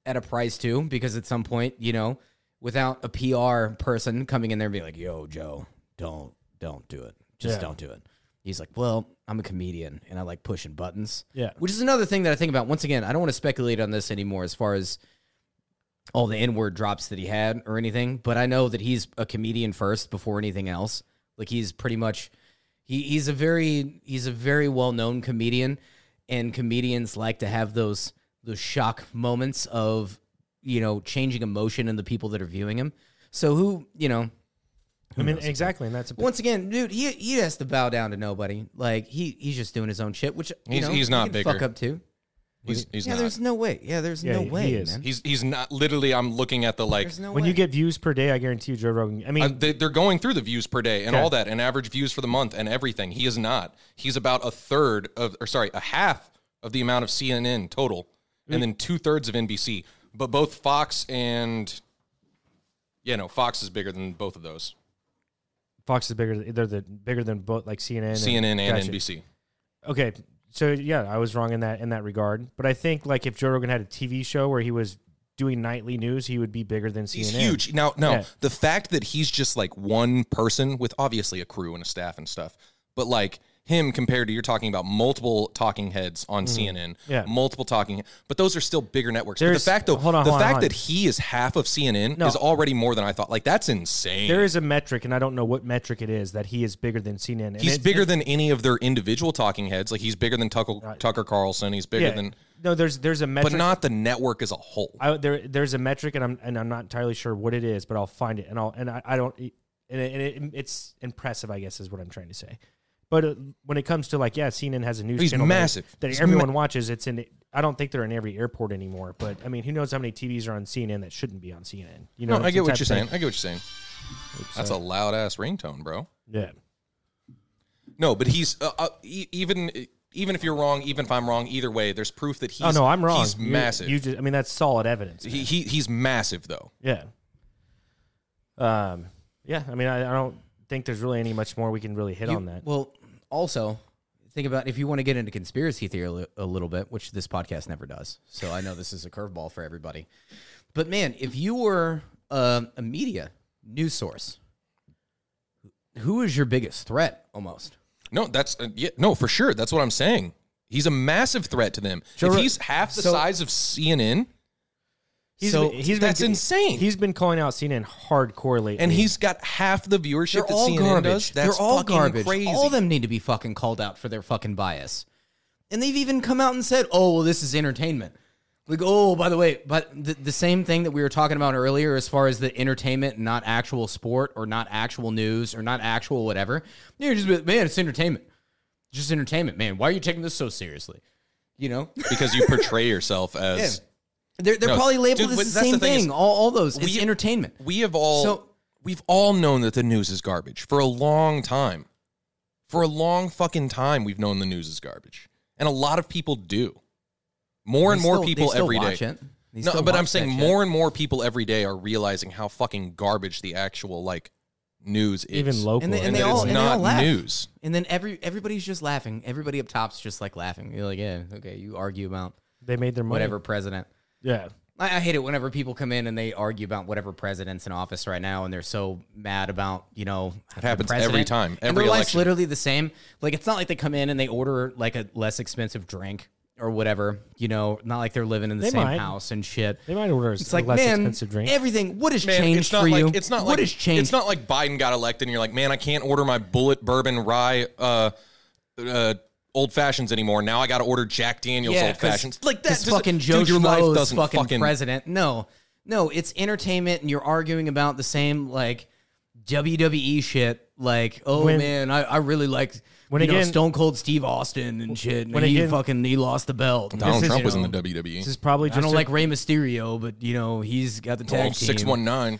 S2: at a price too, because at some point you know, without a PR person coming in there and being like, "Yo, Joe, don't don't do it, just
S1: Yeah.
S2: don't do it." He's like, "Well, I'm a comedian and I like pushing buttons."
S1: Yeah.
S2: which is another thing that I think about. Once again, I don't want to speculate on this anymore as far as all the N word drops that he had or anything, but I know that he's a comedian first before anything else. Like he's pretty much he, he's a very he's a very well known comedian, and comedians like to have those those shock moments of you know changing emotion in the people that are viewing him. So who you know
S1: I mean, exactly, and that's a,
S2: once again, dude, he he has to bow down to nobody. Like he he's just doing his own shit, which you
S3: He's-
S2: know,
S3: he's
S2: he
S3: not
S2: can
S3: bigger.
S2: Fuck up too.
S3: He's he's
S2: yeah,
S3: not.
S2: there's no way. Yeah, there's
S1: Yeah,
S2: no
S1: he- he
S2: way,
S1: is.
S2: man.
S3: He's he's not. Literally, I'm looking at the like.
S2: There's no
S1: When
S2: way.
S1: you get views per day, I guarantee you, Joe Rogan. I mean,
S3: uh, they, they're going through the views per day and
S1: Okay.
S3: all that, and average views for the month and everything. He is not. He's about a third of, or sorry, a half of the amount of CNN total,
S1: Mm.
S3: and then two thirds of NBC. But both Fox and, yeah, no, Fox is bigger than both of those.
S1: Fox is bigger. They're the bigger than both, like CNN,
S3: CNN and
S1: Gotcha.
S3: NBC.
S1: Okay, so yeah, I was wrong in that in that regard. But I think like if Joe Rogan had a TV show where he was doing nightly news, he would be bigger than
S3: He's
S1: CNN.
S3: huge. Now, no,
S1: Yeah.
S3: the fact that he's just like one person with obviously a crew and a staff and stuff, but like him compared to you're talking about multiple talking heads on CNN,
S1: Mm-hmm. Yeah.
S3: multiple talking, but those are still bigger networks. But
S1: There's-
S3: the fact though,
S1: hold on,
S3: the
S1: hold on,
S3: fact
S1: hold on.
S3: that he is half of CNN
S1: No.
S3: is already more than I thought. Like that's insane.
S1: There is a metric, and I don't know what metric it is that he is bigger than CNN. And
S3: he's
S1: it's-
S3: bigger than any of their individual talking heads. Like he's bigger than Tucker, Tucker Carlson. He's bigger
S1: yeah.
S3: than,
S1: no, there's there's a
S3: but
S1: metric.
S3: not the network as a whole.
S1: I, there there's a metric, and I'm and I'm not entirely sure what it is, but I'll find it, and I'll and I, I don't e, and, it, and it, it's impressive, I guess, is what I'm trying to say. But uh, when it comes to like, yeah, CNN has a news
S3: He's
S1: channel that-
S3: massive.
S1: that,
S3: He's
S1: everyone watches. It's in. I don't think they're in every airport anymore, but I mean, who knows how many TVs are on CNN that shouldn't be on CNN? You know,
S3: no, I
S1: it's
S3: get
S1: the
S3: what
S1: type
S3: you're
S1: of thing.
S3: saying. I get what you're saying. That's a loud ass ringtone, bro.
S1: Yeah,
S3: No, but he's uh, uh, e- even even if you're wrong, even if I'm wrong, either way, there's proof that he's
S1: oh no, I'm wrong.
S3: He's
S1: You-
S3: massive.
S1: You just, I mean, that's solid evidence.
S3: he, he he's massive though.
S1: Yeah. Um. Yeah. I mean, I, I don't think there's really any much more we can really hit
S2: You-
S1: on that.
S2: Um, Well, also think about if you want to get into conspiracy theory a li- a little bit, which this podcast never does. So I know this is a curveball for everybody. But man, if you were um a media news source, who is your biggest threat? Almost.
S3: No, that's uh, yeah, no for sure. That's what I'm saying. He's a massive threat to them.
S1: Sure.
S3: if he's half the
S1: So-
S3: size of CNN,
S1: He's
S2: So,
S1: been, he's
S3: that's
S1: been,
S3: insane.
S1: He's been calling out CNN hardcore lately,
S3: and he's got half the viewership
S2: They're
S3: that
S2: all
S3: CNN
S2: garbage.
S3: does, that's
S2: They're all
S3: fucking
S2: garbage.
S3: crazy.
S2: All of them need to be fucking called out for their fucking bias. And they've even come out and said, "Oh, well, this is entertainment." Like, oh, by the way, but the, the same thing that we were talking about earlier, as far as the entertainment, not actual sport or not actual news or not actual whatever. You're just like, man, it's entertainment. Just entertainment, man. Why are you taking this so seriously? You know,
S3: because you portray yourself as
S2: they're, they're
S3: No,
S2: probably labeled
S3: dude, but
S2: as the
S3: that's
S2: same
S3: the thing
S2: thing.
S3: is,
S2: all, all those it's
S3: we-
S2: entertainment.
S3: we have all
S2: So-
S3: we've all known that the news is garbage for a long time. For a long fucking time, we've known the news is garbage, and a lot of people do. More and
S2: They
S3: more
S2: still- they
S3: people
S2: still
S3: every day.
S2: watch it. They
S3: No,
S2: still
S3: but I'm
S2: watch
S3: saying
S2: that shit.
S3: more and more people every day are realizing how fucking garbage the actual like news is.
S1: even local.
S2: and they,
S3: And
S2: and they
S3: that
S2: all
S3: it's
S2: and they all
S3: not
S2: laugh.
S3: news.
S2: And then every everybody's just laughing. Everybody up top's just like laughing. You're like, yeah, okay, you argue about
S1: They made their money.
S2: whatever president.
S1: Yeah.
S2: I, I hate it whenever people come in and they argue about whatever president's in office right now, and they're so mad about you know. It
S3: happens every time,
S2: and
S3: every
S2: their life's
S3: election.
S2: literally the same. Like it's not like they come in and they order like a less expensive drink or whatever. You know, not like they're living in the
S1: They
S2: same
S1: might.
S2: house and shit.
S1: They might order a
S2: It's like
S1: less
S2: man,
S1: expensive drink.
S2: everything. What has
S3: Man,
S2: changed
S3: it's not
S2: for
S3: like
S2: you?
S3: it's not
S2: what
S3: like
S2: has changed.
S3: It's not like Biden got elected, and you're like, man, I can't order my bullet bourbon rye uh, uh, old fashions anymore. Now I got to order Jack Daniel's old
S2: 'cause
S3: fashions. Like that,
S2: this
S3: just-
S2: fucking Joe
S3: dude, your life
S2: Schmo's
S3: doesn't
S2: fucking, president. No, no, it's entertainment, and you're arguing about the same like WWE shit. Like, oh
S1: When-
S2: man, I, I really like
S1: When
S2: you know,
S1: again-
S2: Stone Cold Steve Austin and shit. And
S1: when
S2: he
S1: again-
S2: fucking he lost the belt.
S3: Donald
S1: is,
S3: Trump
S1: you
S3: was in
S1: know,
S3: the E. WWE.
S1: This is probably just
S2: I don't
S1: a-
S2: like Rey Mysterio, but you know he's got the tag
S3: Well,
S2: team.
S3: six one nine.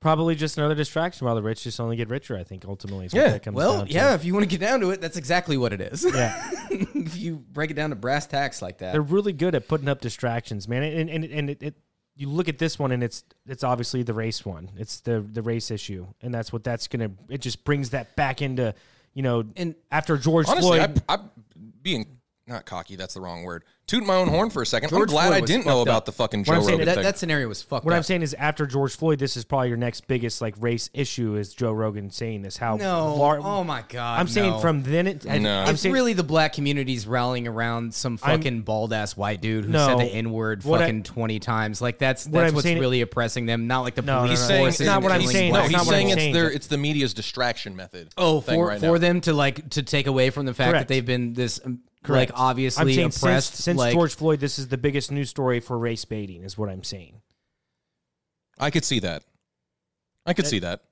S1: probably just another distraction while the rich just only get richer. I think ultimately is what
S3: Yeah.
S1: that comes
S2: Well,
S1: down to.
S2: yeah, if you want to get down to it, that's exactly what it is.
S1: Yeah.
S2: if you break it down to brass tacks like that,
S1: They're really good at putting up distractions, man. And and and it, it you look at this one and it's it's obviously the race one. It's the the race issue, and that's what that's gonna. It just brings that back into you know.
S2: And-
S1: after George
S3: Honestly,
S1: Floyd,
S3: I, I being not cocky, that's the wrong word. Toot my own horn for a second. I'm
S2: Mm. George
S3: glad
S2: Floyd
S3: I
S2: was
S3: didn't know
S2: fucked
S3: about
S2: up.
S3: the fucking
S1: I'm
S3: Joe
S1: saying,
S3: Rogan
S2: that,
S3: thing.
S2: that scenario was fucked
S1: What
S2: up.
S1: I'm saying is, after George Floyd, this is probably your next biggest like race issue. Is Joe Rogan saying this? How
S2: no,
S1: lar-
S2: oh my god,
S1: I'm saying
S2: no.
S1: from then it. I-
S3: No.
S1: I'm
S2: it's
S1: saying
S2: really the black community's rallying around some fucking bald ass white dude who
S1: No.
S2: said the n word
S1: What I-
S2: fucking twenty times. Like that's that's
S1: What I'm
S2: what's
S1: saying-
S2: really oppressing them. Not like the
S1: No, no, no,
S2: police
S3: He's
S1: no.
S3: saying
S1: It's
S2: force.
S1: not
S2: isn't
S1: what I'm
S2: killing
S1: saying.
S3: No,
S2: black
S1: That's
S3: he's
S1: not what I'm
S3: saying
S2: people.
S3: it's
S1: saying.
S3: their it's the media's distraction method.
S2: oh
S3: thing
S2: for
S3: right now.
S2: for them to like to take away from the fact
S1: Correct.
S2: that they've been this um,
S1: Correct.
S2: like obviously
S1: I'm saying
S2: oppressed
S1: Since, since
S2: like,
S1: George Floyd, this is the biggest news story for race baiting, is what I'm saying.
S3: I could see that. I could see that.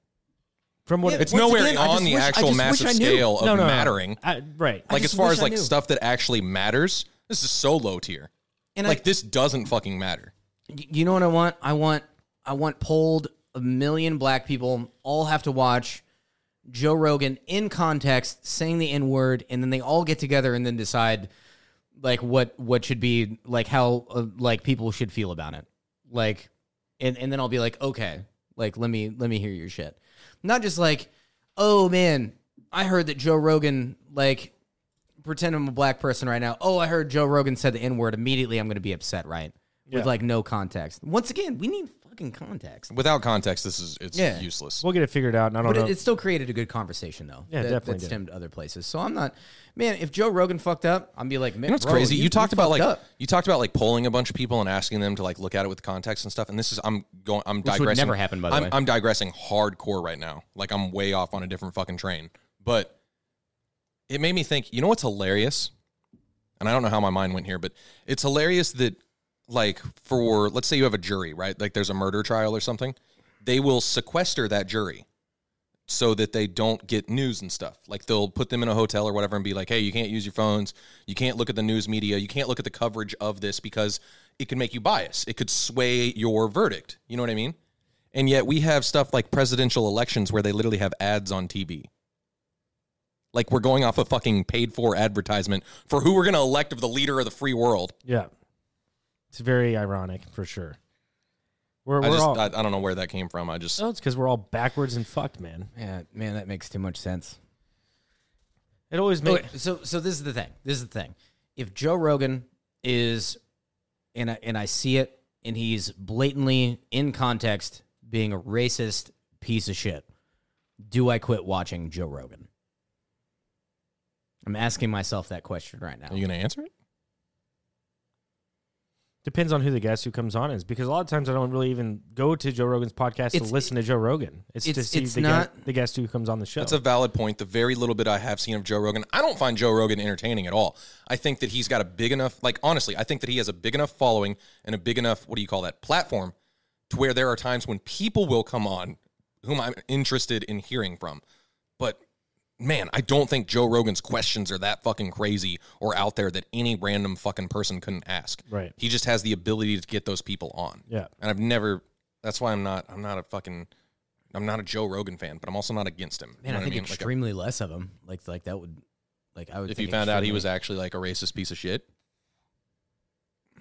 S1: From what
S2: Yeah,
S3: It's
S2: Once
S3: nowhere
S2: again, I
S3: on
S2: just
S3: the
S2: wish- I
S3: actual
S2: just wish
S3: massive
S2: I knew.
S3: scale of
S1: no, no, no.
S3: mattering.
S1: I- right.
S3: Like
S2: just
S3: as far
S2: wish
S3: as
S2: I
S3: like
S2: knew.
S3: stuff that actually matters, this is so low tier.
S2: And
S3: Like this doesn't fucking matter.
S2: I, y- you know what I want? I want, I want polled a million black people all have to watch Joe Rogan in context saying the N word, and then they all get together and then decide like what what should be like how uh, like people should feel about it. Like, and and then I'll be like, okay, like let me let me hear your shit. Not just like, oh man, I heard that Joe Rogan like pretend I'm a black person right now. Oh, I heard Joe Rogan said the N word. Immediately, I'm going to be upset, right? With
S1: Yeah.
S2: like no context. Once again, we need fucking context.
S3: Without context, this is it's
S2: Yeah.
S3: useless.
S1: We'll get it figured out. And I
S3: Oh,
S1: don't
S2: But
S1: know.
S2: it, it still created a good conversation, though.
S1: Yeah, it
S2: that,
S1: definitely
S2: That
S1: did.
S2: stemmed to other places. So I'm not, man. If Joe Rogan fucked up, I'm be like, man,
S3: You know what's
S2: bro,
S3: crazy? You, talked about
S2: fucked
S3: like
S2: up."
S3: you talked about like polling a bunch of people and asking them to like look at it with context and stuff. And this is I'm going I'm
S2: would
S3: digressing.
S2: never happen, by the
S3: I'm,
S2: way.
S3: I'm digressing hardcore right now. Like I'm way off on a different fucking train. But it made me think. You know what's hilarious? And I don't know how my mind went here, but it's hilarious that like for let's say you have a jury, right? Like there's a murder trial or something. They will sequester that jury so that they don't get news and stuff. Like they'll put them in a hotel or whatever and be like, hey, you can't use your phones. You can't look at the news media. You can't look at the coverage of this because it can make you bias. It could sway your verdict. You know what I mean? And yet we have stuff like presidential elections where they literally have ads on TV. Like we're going off a fucking paid for advertisement for who we're going to elect of the leader of the free world.
S1: yeah. It's very ironic for sure. We're,
S3: I
S1: we're
S3: just,
S1: all.
S3: I, I don't know where that came from. I just,
S1: oh, it's because we're all backwards and fucked, man.
S2: Yeah, man, that makes too much sense.
S1: It always makes.
S2: Okay, so so this is the thing. This is the thing. If Joe Rogan is, and I, and I see it, and he's blatantly in context being a racist piece of shit, do I quit watching Joe Rogan? I'm asking myself that question right now.
S3: are you going to answer it?
S1: Depends on who the guest who comes on is, because a lot of times I don't really even go to Joe Rogan's podcast
S2: It's-
S1: to listen to Joe Rogan. It's, to
S2: it's-
S1: see
S2: it's
S1: the,
S2: not-
S1: guest, the guest who comes on the show.
S3: That's a valid point. The very little bit I have seen of Joe Rogan, I don't find Joe Rogan entertaining at all. I think that he's got a big enough, like, honestly, I think that he has a big enough following and a big enough, what do you call that, platform to where there are times when people will come on whom I'm interested in hearing from. But man, I don't think Joe Rogan's questions are that fucking crazy or out there that any random fucking person couldn't ask.
S1: Right.
S3: He just has the ability to get those people on.
S1: Yeah.
S3: And I've never, that's why I'm not, I'm not a fucking. I'm not a Joe Rogan fan, but I'm also not against him. You
S2: Man,
S3: know
S2: I
S3: what
S2: think
S3: mean? Like, I'm-
S2: extremely less of him. Like like that would, like I would.
S3: if you
S2: think
S3: found out he was
S2: extremely-
S3: actually like a racist piece of shit.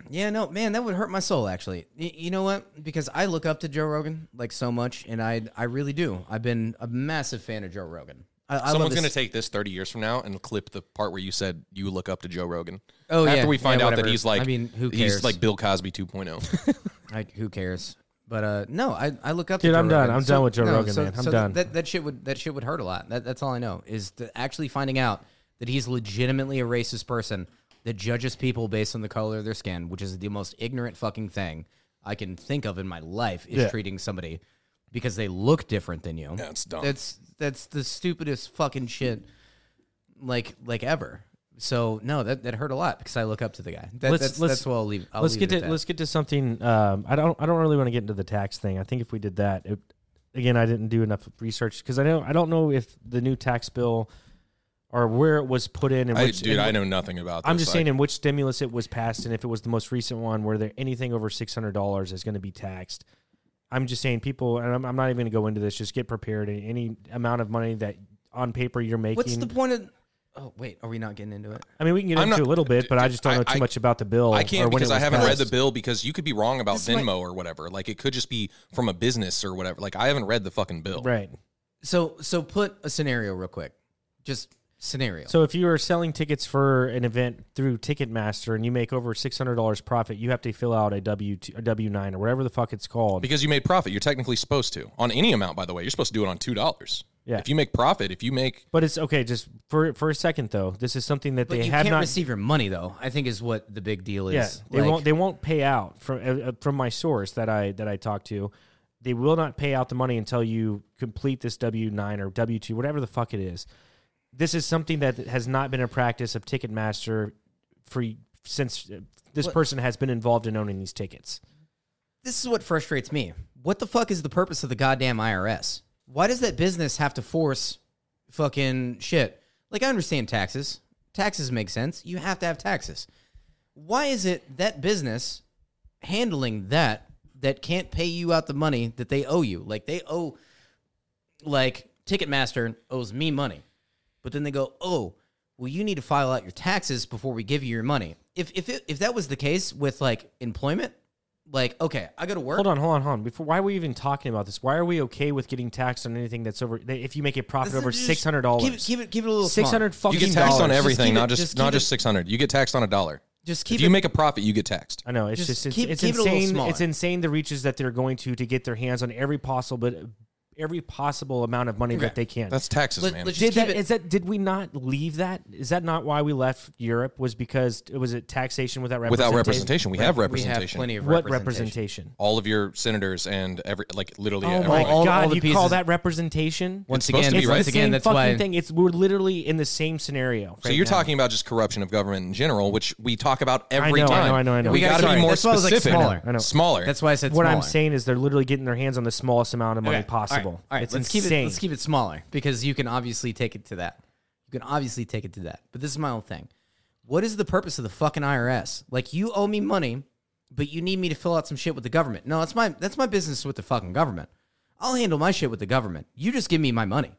S2: Yeah, no, man, that would hurt my soul actually. Y- you know what? Because I look up to Joe Rogan like so much, and I I really do. I've been a massive fan of Joe Rogan. I, I love
S3: Someone's
S2: this-
S3: going to take this 30 years from now and clip the part where you said you look up to Joe Rogan.
S2: Oh,
S3: After
S2: yeah.
S3: we find
S2: Yeah,
S3: out
S2: whatever.
S3: that he's like,
S2: I mean, who
S3: He's
S2: cares?
S3: like Bill Cosby oh. 2.0.
S2: Like, who cares? But uh, no, I, I look up.
S1: Dude,
S2: to Joe
S1: I'm done.
S2: Rogan.
S1: I'm
S2: So-
S1: done with Joe
S2: no,
S1: Rogan,
S2: so-
S1: man. I'm
S2: so
S1: done.
S2: That, that shit would that shit would hurt a lot. That, that's all I know is to actually finding out that he's legitimately a racist person that judges people based on the color of their skin, which is the most ignorant fucking thing I can think of in my life. Is
S1: Yeah.
S2: treating somebody because they look different than you.
S3: That's
S1: Oh.
S3: dumb.
S2: That's that's the stupidest fucking shit, like like ever. So no, that, that hurt a lot because I look up to the guy. That,
S1: Let's-
S2: that's,
S1: let's-
S2: that's what I'll leave. I'll
S1: let's
S2: leave
S1: get
S2: it
S1: to
S2: at that.
S1: let's get to something. Um, I don't I don't really want to get into the tax thing. I think if we did that, it, again, I didn't do enough research because I know I don't know if the new tax bill or where it was put in and
S3: I,
S1: which.
S3: dude,
S1: and
S3: I know nothing about this.
S1: I'm just
S3: I-
S1: saying in which stimulus it was passed and if it was the most recent one where there anything over six hundred dollars is going to be taxed. I'm just saying people, and I'm, I'm not even going to go into this. Just get prepared. Any, any amount of money that on paper you're making.
S2: What's the point of? Oh wait, are we not getting into it?
S1: I mean, we can get
S3: I'm
S1: into
S3: not-
S1: a little bit, but I
S3: dude,
S1: just don't
S3: I-
S1: know too
S3: I-
S1: much about the bill.
S3: I
S1: or
S3: can't
S1: when
S3: because
S1: it
S3: I
S1: was
S3: haven't
S1: passed.
S3: read the bill because you could be wrong about Venmo or whatever. Like it could just be from a business or whatever. Like I haven't read the fucking bill.
S1: Right.
S2: So so put a scenario real quick, just scenario.
S1: So if you are selling tickets for an event through Ticketmaster and you make over six hundred dollars profit, you have to fill out a W two, a W nine, or whatever the fuck it's called.
S3: Because you made profit. You're technically supposed to. On any amount, by the way. You're supposed to do it on $2.
S1: Yeah.
S3: If you make profit, if you make.
S1: but it's okay. Just for for a second though, this is something that
S2: but
S1: they
S2: you
S1: have
S2: can't
S1: not.
S2: receive your money though. I think is what the big deal is.
S1: yeah, they
S2: Like,
S1: won't. They won't pay out from uh, uh, from my source that I that I talked to. They will not pay out the money until you complete this W nine or W two, whatever the fuck it is. This is something that has not been a practice of Ticketmaster for since uh, this person has been involved in owning these tickets.
S2: this is what frustrates me. What the fuck is the purpose of the goddamn IRS? Why does that business have to force fucking shit? Like I understand taxes. Taxes make sense. You have to have taxes. why is it that business handling that that can't pay you out the money that they owe you? Like they owe, like Ticketmaster owes me money, but then they go, oh, well, you need to file out your taxes before we give you your money. If if it, if that was the case with like employment, like okay, I go to work.
S1: Hold on, hold on, hold on. Before, why are we even talking about this? Why are we okay with getting taxed on anything that's over? that- If you make a profit
S2: This is
S1: over
S2: just-
S1: six hundred dollars,
S2: Keep it, keep it, keep it a little
S1: six
S2: smaller.
S1: hundred fucking
S3: You get taxed on
S1: dollars.
S2: everything,
S3: everything,
S2: keep
S3: not
S2: it-
S3: just,
S2: just keep
S3: not
S2: it-
S3: just six hundred. You get taxed on a dollar.
S2: Just keep
S3: If you
S2: it.
S3: make a profit, you get taxed.
S1: I know it's just,
S2: Just
S1: it's,
S2: keep-
S1: it's
S2: keep it a little
S1: insane.
S2: smaller.
S1: it's insane the reaches that they're going to to get their hands on every possible every possible amount of money that
S2: Okay.
S1: they can.
S3: That's taxes,
S2: Let-
S3: man.
S2: let's just
S1: did
S2: keep
S1: that
S2: it-
S1: is that did we not leave that? Is that not why we left Europe? Was because it was it taxation without representation?
S3: Without representation, we have
S2: we
S3: representation.
S2: have plenty of
S1: What
S2: representation.
S1: representation?
S3: All of your senators and every like literally
S1: Oh my
S3: everyone.
S2: all-
S1: god!
S2: all the
S1: you call
S2: pieces-
S1: that representation?
S2: Once
S3: supposed
S2: again,
S3: to be,
S2: once
S3: right?
S1: same
S2: again, that's
S1: fucking
S2: why
S1: thing. It's we're literally in the same scenario.
S3: So you're talking about just corruption of government in general, which we talk about every
S1: know, I
S3: time.
S1: know, I know, I know.
S3: We
S1: We
S2: gotta
S3: got to
S2: keep
S3: be
S2: it-
S3: more
S2: that's why I was like
S3: specific.
S2: smaller.
S1: I know.
S3: Smaller.
S2: that's why I said
S1: what I'm
S2: smaller.
S1: saying is they're literally getting their hands on the smallest amount of money
S2: Okay.
S1: possible.
S2: All right, all right,
S1: It's
S2: let's
S1: insane.
S2: keep it. Let's keep it smaller because you can obviously take it to that. You can obviously take it to that. But this is my own thing. What is the purpose of the fucking IRS? Like you owe me money, but you need me to fill out some shit with the government. No, that's my that's my business with the fucking government. I'll handle my shit with the government. You just give me my money.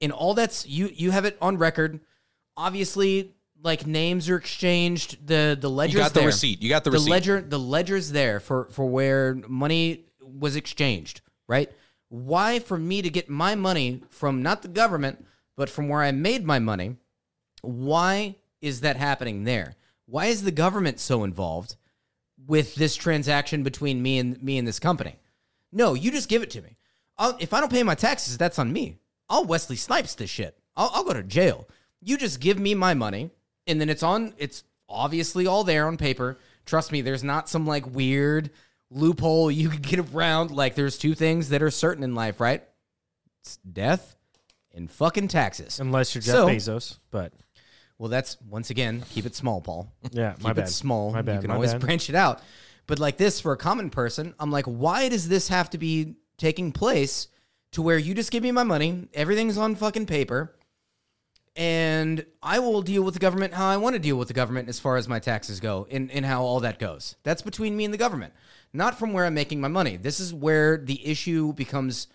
S2: And all that's you you have it on record. Obviously, like names are exchanged, the the ledger's
S3: you got the
S2: there
S3: receipt. You got the,
S2: the
S3: receipt.
S2: ledger the ledger's there for for where money was exchanged right why for me to get my money from not the government but from where i made my money why is that happening there why is the government so involved with this transaction between me and me and this company no you just give it to me I'll, if i don't pay my taxes that's on me i'll wesley snipes this shit I'll, I'll go to jail you just give me my money and then it's on it's obviously all there on paper trust me there's not some like weird loophole you could get around like there's two things that are certain in life right it's death and fucking taxes
S1: Unless you're Jeff
S2: So-
S1: Bezos, but
S2: well, that's once again, keep it small, Paul.
S1: Yeah,
S2: keep
S1: my
S2: it
S1: bad.
S2: small.
S1: My bad,
S2: You can
S1: my
S2: always
S1: bad.
S2: branch it out. But like this, for a common person, I'm like, why does this have to be taking place to where you just give me my money, everything's on fucking paper, and I will deal with the government how I want to deal with the government as far as my taxes go and, and how all that goes. That's between me and the government, not from where I'm making my money. This is where the issue becomes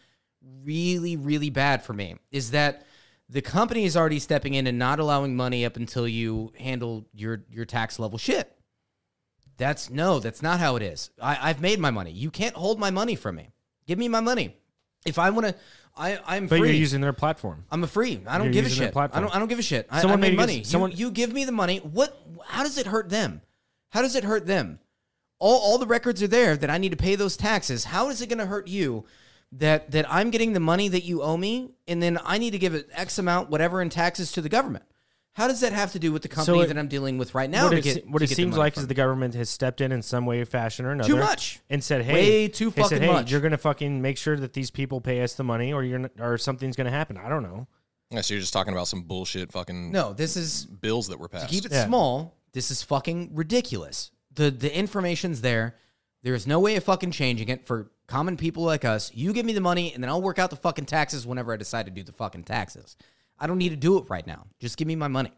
S2: really, really bad for me is that the company is already stepping in and not allowing money up until you handle your, your tax level shit. That's no, that's not how it is. I, I've made my money. You can't hold my money from me. Give me my money. If I want to, I, I'm
S1: but
S2: free.
S1: you're using their platform.
S2: I'm a free. I don't
S1: You're
S2: give a
S1: using their
S2: shit. I
S1: platform.
S2: don't. I don't give a shit. I,
S1: Someone
S2: I made
S1: maybe
S2: money.
S1: gets- someone-
S2: you, you give me the money. What? How does it hurt them? How does it hurt them? All all the records are there that I need to pay those taxes. How is it going to hurt you? That that I'm getting the money that you owe me, and then I need to give it X amount, whatever in taxes to the government. How does that have to do with the company
S1: it-
S2: that I'm dealing with right now?
S1: What
S2: to
S1: it,
S2: get-
S1: se- what
S2: to
S1: it
S2: get the
S1: seems
S2: money
S1: like
S2: from?
S1: is the government has stepped in in some way, fashion, or another.
S2: much.
S1: And said, hey,
S2: Way too
S1: they
S2: fucking
S1: said, hey,
S2: much.
S1: You're gonna fucking make sure that these people pay us the money, or you're n- or something's gonna happen. I don't know.
S3: Yeah, so you're just talking about some bullshit fucking
S2: no. This is
S3: bills that were passed.
S2: keep it
S1: Yeah.
S2: small. This is fucking ridiculous. The the information's there. There's no way of fucking changing it for common people like us. You give me the money and then I'll work out the fucking taxes whenever I decide to do the fucking taxes. I don't need to do it right now. Just give me my money.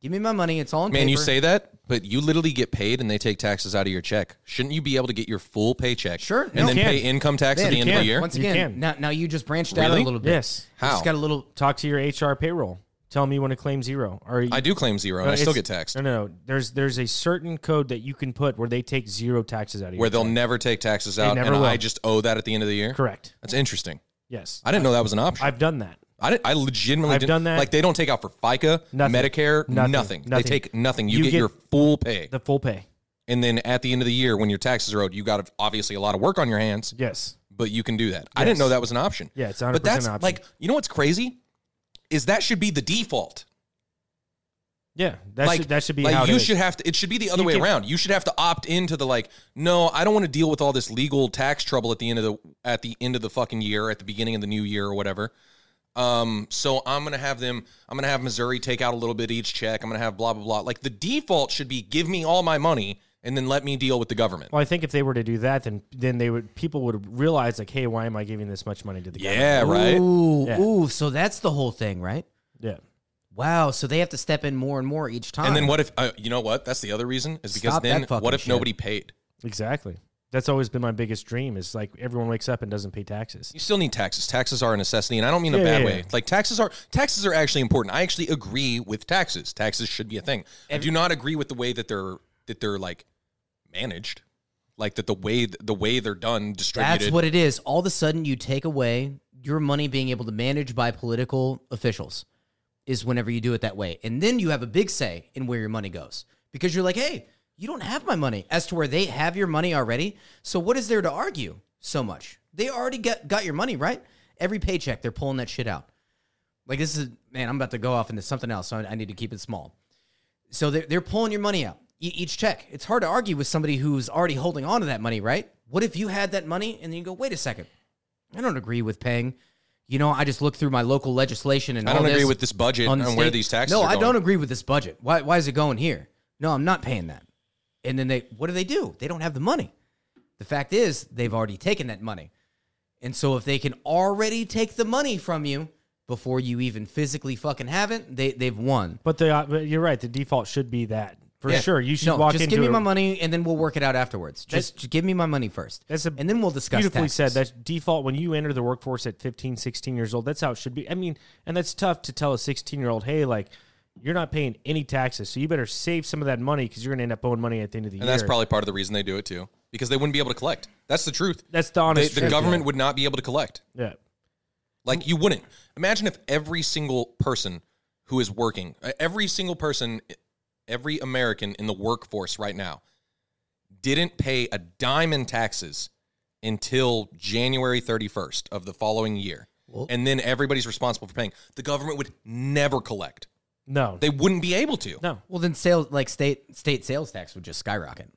S2: Give me my money. It's all in
S3: Man, you
S2: paper.
S3: say that, but you literally get paid and they take taxes out of your check. Shouldn't you be able to get your full paycheck?
S2: Sure,
S3: And
S2: no.
S3: then
S1: You can.
S3: pay income tax
S1: Yeah,
S3: at the
S1: you
S3: end of
S1: can.
S3: the year?
S2: once
S1: You
S2: again.
S1: can.
S2: Now, now you just branched out
S3: Really?
S2: a little bit.
S1: Yes.
S2: You
S3: How?
S2: Just got a little.
S1: Talk to your HR payroll. Tell me when to claim zero. Or you,
S3: I do claim zero and I
S1: it's-
S3: still get taxed.
S1: No, no, no. There's there's a certain code that you can put where they take zero taxes out of you.
S3: Where they'll never take taxes out
S1: never
S3: and
S1: will.
S3: I just owe that at the end of the year?
S1: correct.
S3: That's interesting.
S1: Yes,
S3: I didn't know that was an option.
S1: I've done that.
S3: I, didn't, I legitimately
S1: I've
S3: didn't-
S1: done that.
S3: Like they don't take out for FICA,
S1: Nothing.
S3: Medicare,
S1: Nothing.
S3: nothing.
S1: Nothing.
S3: They take nothing. You,
S1: You
S3: get,
S1: get-
S3: your full pay,
S1: The full pay.
S3: and then at the end of the year, when your taxes are owed, you got obviously a lot of work on your hands,
S1: Yes.
S3: but you can do that. I didn't know that was an option.
S1: Yeah, it's 100%
S3: but that's
S1: an option.
S3: like you know what's crazy is that should be the default.
S1: Yeah. That
S3: like
S1: should that should be
S3: like
S1: how it
S3: you
S1: is.
S3: should have to. It should be the other
S1: You
S3: way
S1: can-
S3: around. You should have to opt into the like. No, I don't want to deal with all this legal tax trouble at the end of the at the end of the fucking year, at the beginning of the new year or whatever. Um, so I'm gonna have them. I'm gonna have Missouri take out a little bit each check. I'm gonna have blah blah blah. Like the default should be give me all my money and then let me deal with the government.
S1: Well, I think if they were to do that, then then they would people would realize like, hey, why am I giving this much money to the
S3: Yeah,
S1: government?
S3: right.
S2: Ooh,
S1: Yeah.
S2: ooh. So that's the whole thing, right?
S1: Yeah.
S2: wow, so they have to step in more and more each time.
S3: And then what if uh, you know what? That's the other reason is because
S2: Stop that
S3: then
S2: fucking
S3: what if
S2: shit.
S3: nobody paid?
S1: Exactly. That's always been my biggest dream. Is like everyone wakes up and doesn't pay taxes.
S3: You still need taxes. Taxes are a necessity, and I don't mean
S1: Yeah,
S3: a bad
S1: yeah,
S3: way.
S1: yeah.
S3: Like taxes are taxes are actually important. I actually agree with taxes. Taxes should be a thing. I do not agree with the way that they're that they're like managed, like that the way the way they're done distributed.
S2: That's what it is. All of a sudden, you take away your money being able to manage by political officials is whenever you do it that way, and then you have a big say in where your money goes because you're like, hey, you don't have my money as to where they have your money already. So what is there to argue so much? They already got got your money right. Every paycheck, they're pulling that shit out. Like this is man, I'm about to go off into something else, so I, I need to keep it small. So they're, they're pulling your money out e- each check. It's hard to argue with somebody who's already holding on to that money, right? What if you had that money and then you go, wait a second, I don't agree with paying. You know, I just looked through my local legislation and
S3: I don't
S2: all
S3: agree
S2: this
S3: with this budget
S2: on
S3: and
S2: the
S3: where
S2: state-
S3: these taxes.
S2: No,
S3: are
S2: I
S3: going.
S2: don't agree with this budget. Why, why is it going here? No, I'm not paying that. And then they, what do they do? They don't have the money. The fact is, they've already taken that money. And so if they can already take the money from you before you even physically fucking have it, they, they've won.
S1: But the uh, but you're right. The default should be that for
S2: Yeah.
S1: sure. You should
S2: No,
S1: walk
S2: just
S1: into
S2: give me
S1: a-
S2: my money and then we'll work it out afterwards. Just, just give me my money first.
S1: That's a
S2: and then we'll discuss
S1: beautifully
S2: taxes.
S1: said. That's default when you enter the workforce at 15, 16 years old. That's how it should be. I mean, and that's tough to tell a 16 year old, hey, like you're not paying any taxes, so you better save some of that money because you're going to end up owing money at the end of the
S3: and
S1: year.
S3: that's probably part of the reason they do it too, because they wouldn't be able to collect. That's the truth.
S1: that's the
S3: They,
S1: honest.
S3: the
S1: truth.
S3: government would not be able to collect.
S1: Yeah.
S3: Like you wouldn't. Imagine if every single person who is working, uh, every single person, every American in the workforce right now didn't pay a dime in taxes until January 31st of the following year. and then everybody's responsible for paying. The government would never collect.
S1: No.
S3: They wouldn't be able to.
S1: no.
S2: Well, then sales like state state sales tax would just skyrocket.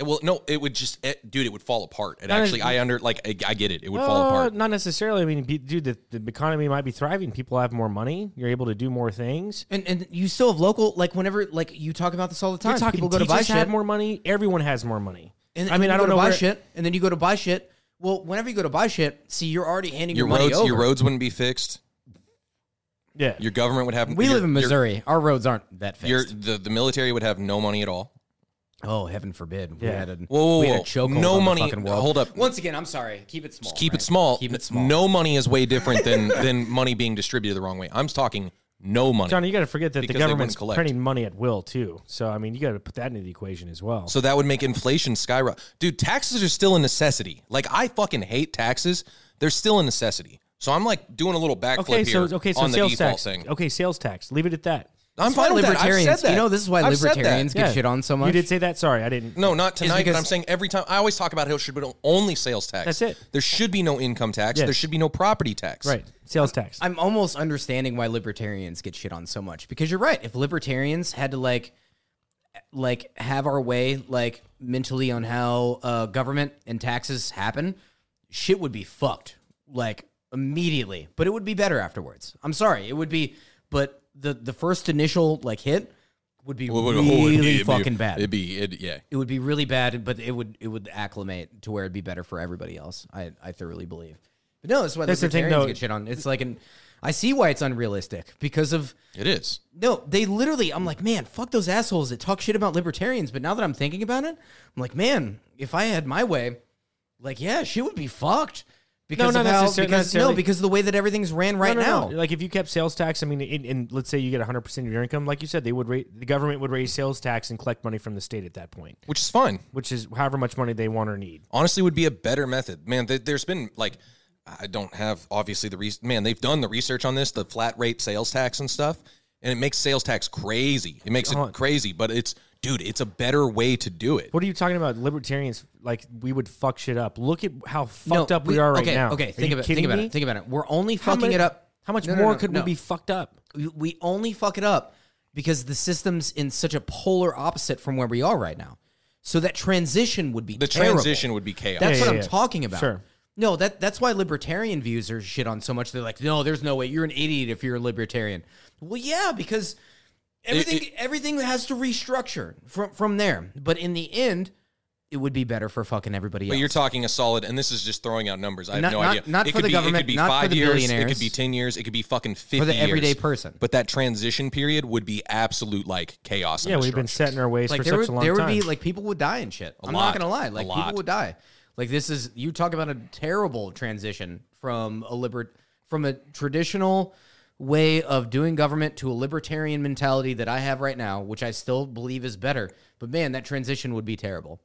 S3: Well, no, it would just, it, dude, it would fall apart. It
S1: Not
S3: actually,
S1: as-
S3: I under, like, I, I get it. It would
S1: Well,
S3: fall apart.
S1: Uh, Not necessarily. I mean, be- dude, the, the economy might be thriving. People have more money. You're able to do more things.
S2: And and you still have local like whenever like you talk about this all the time.
S1: You're talking
S2: People go to buy
S1: teachers have
S2: shit.
S1: more money. Everyone has more money.
S2: and,
S1: I mean,
S2: and
S1: I don't
S2: you go to
S1: know
S2: buy
S1: where-
S2: shit, and then you go to buy shit. Well, whenever you go to buy shit, see, you're already handing your,
S3: Your
S2: money
S3: roads,
S2: over.
S3: your roads wouldn't be fixed.
S1: Yeah.
S3: Your government would have.
S2: we
S3: your-
S2: live in
S3: your-
S2: Missouri. Our roads aren't that fast.
S3: Your, the, the military would have no money at all.
S2: oh, heaven forbid. We
S1: Yeah.
S2: had a,
S3: Whoa, whoa,
S2: we had a
S3: whoa.
S2: chokehold
S3: No
S2: on the
S3: money-
S2: fucking world.
S3: hold up.
S2: Once again, I'm sorry. Keep it small.
S3: Keep
S2: right?
S3: it small.
S2: Keep
S3: N-
S2: it small.
S3: No money is way different than than money being distributed the wrong way. I'm talking no money.
S1: Johnny, you got to forget that the
S3: Because they
S1: government's
S3: wouldn't collect.
S1: printing money at will too. So I mean, you got to put that into the equation as well.
S3: So that would make inflation skyrocket. Dude, taxes are still a necessity. Like I fucking hate taxes. They're still a necessity. So I'm like doing a little backflip
S1: okay, so
S3: here
S1: okay, so
S3: on the
S1: sales
S3: default
S1: tax.
S3: thing.
S1: Okay, sales tax. Leave it at that.
S3: I'm
S2: That's why
S3: fine with that. I've
S2: libertarians.
S3: said that.
S2: You know, this is why
S3: I've said that.
S2: libertarians get shit on so much.
S1: You did say that. Sorry, I didn't.
S3: No, not tonight,
S2: because-
S3: but I'm saying every time I always talk about how it should be only sales tax.
S1: That's it.
S3: There should be no income tax.
S1: Yes.
S3: There should be no property tax.
S1: Right, sales tax.
S2: I'm almost understanding why libertarians get shit on so much because you're right. If libertarians had to like, like have our way, like mentally on how uh, government and taxes happen, shit would be fucked like immediately. But it would be better afterwards. I'm sorry, it would be. But the the first initial like hit would be really fucking bad.
S3: oh, It'd be it, yeah.
S2: it would be really bad, but it would it would acclimate to where it'd be better for everybody else. I, I thoroughly believe. But no, that's why
S1: That's the thing,
S2: libertarians
S1: though.
S2: get shit on. It's like an I see why it's unrealistic because of
S3: It is.
S2: no, they literally I'm like, man, fuck those assholes that talk shit about libertarians. But now that I'm thinking about it, I'm like, man, if I had my way, like yeah, she would be fucked. Because
S1: not
S2: of
S1: necessar-
S2: how,
S1: not
S2: because no,
S1: necessarily.
S2: because of the way that everything's ran right
S1: No, no,
S2: now.
S1: no. like if you kept sales tax, I mean, in, in, let's say you get 100 percent of your income, like you said, they would ra- the government would raise sales tax and collect money from the state at that point,
S3: Which is fine.
S1: which is however much money they want or need.
S3: honestly would be a better method. Man, th- there's been like I don't have obviously the re- man they've done the research on this, the flat rate sales tax and stuff, and it makes sales tax crazy. It makes it crazy, but it's dude, it's a better way to do it.
S1: What are you talking about? Libertarians, like we would fuck shit up. Look at how fucked
S2: No,
S1: up we, are right
S2: okay,
S1: now.
S2: Okay,
S1: Are
S2: think
S1: you
S2: about it.
S1: kidding
S2: Think about
S1: me?
S2: it. Think about it. We're only
S1: How
S2: fucking
S1: mu-
S2: it up.
S1: How much
S2: No, no,
S1: more
S2: no,
S1: could
S2: no.
S1: we be fucked up?
S2: we- we only fuck it up because the system's in such a polar opposite from where we are right now. So that transition would be
S3: The
S2: terrible.
S3: transition would be chaos.
S2: That's
S1: Yeah,
S2: what
S1: yeah,
S2: I'm
S1: yeah.
S2: talking about.
S1: Sure.
S2: No, that that's why libertarian views are shit on so much. They're like, no, there's no way you're an idiot if you're a libertarian. Well, yeah, because everything everything has to restructure from from there. But in the end, it would be better for fucking everybody
S3: But
S2: else.
S3: you're talking a solid, and this is just throwing out numbers. I have
S2: Not-
S3: no
S2: not-
S3: idea.
S2: not
S3: it
S2: for
S3: could
S2: the
S3: be, It
S2: government,
S3: could be
S2: not for
S3: five
S2: the
S3: years. It
S2: billionaires.
S3: could be ten years. It could be fucking fifty
S2: for the everyday
S3: years.
S2: person.
S3: But that transition period would be absolute like chaos. and
S1: Yeah, we've been
S3: destruction.
S1: set in our ways
S2: like
S1: for
S2: there
S1: such
S2: would,
S1: a long
S2: there would
S1: time.
S2: be like people would die and shit. I'm
S3: lot.
S2: not gonna lie,
S3: A
S2: like
S3: lot.
S2: people would die. Like this is you talk about a terrible transition from a liber from a traditional way of doing government to a libertarian mentality that I have right now, which I still believe is better. But man, that transition would be terrible.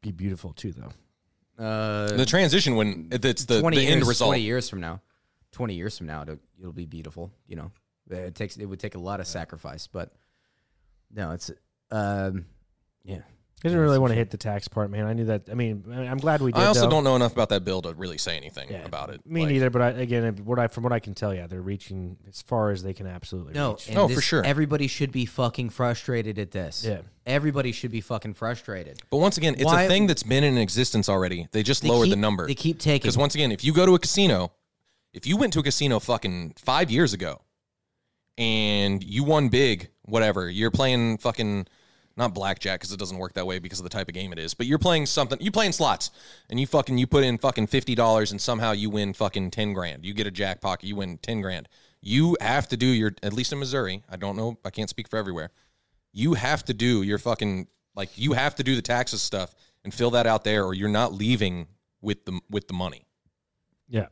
S1: be beautiful too, though.
S2: Uh,
S3: The transition when it's the,
S2: twenty
S3: the
S2: years,
S3: end result.
S2: twenty years from now, twenty years from now, it'll, it'll be beautiful. You know, it takes it would take a lot of sacrifice, but no, it's um, yeah.
S1: I didn't really want to hit the tax part, man. I knew that. I mean, I- I'm glad we did.
S3: I also
S1: though.
S3: don't know enough about that bill to really say anything about it.
S1: Me
S3: Like,
S1: neither. But I, again, what I from what I can tell, yeah, they're reaching as far as they can absolutely
S2: No,
S1: reach.
S2: and
S3: Oh, for
S2: this-
S3: sure.
S2: Everybody should be fucking frustrated at this.
S1: Yeah.
S2: everybody should be fucking frustrated.
S3: But once again, it's
S2: Why-
S3: a thing that's been in existence already. They just
S2: They
S3: lowered the
S2: keep-
S3: number.
S2: They keep taking.
S3: Because once again, if you go to a casino, if you went to a casino fucking five years ago and you won big, whatever, you're playing fucking not blackjack because it doesn't work that way because of the type of game it is, but you're playing something, you playing slots and you fucking, you put in fucking $50 and somehow you win fucking 10 grand. You get a jackpot, you win 10 grand. You have to do your, at least in Missouri, I don't know, I can't speak for everywhere. You have to do your fucking, like, you have to do the taxes stuff and fill that out there or you're not leaving with the, with the money.
S1: Yeah,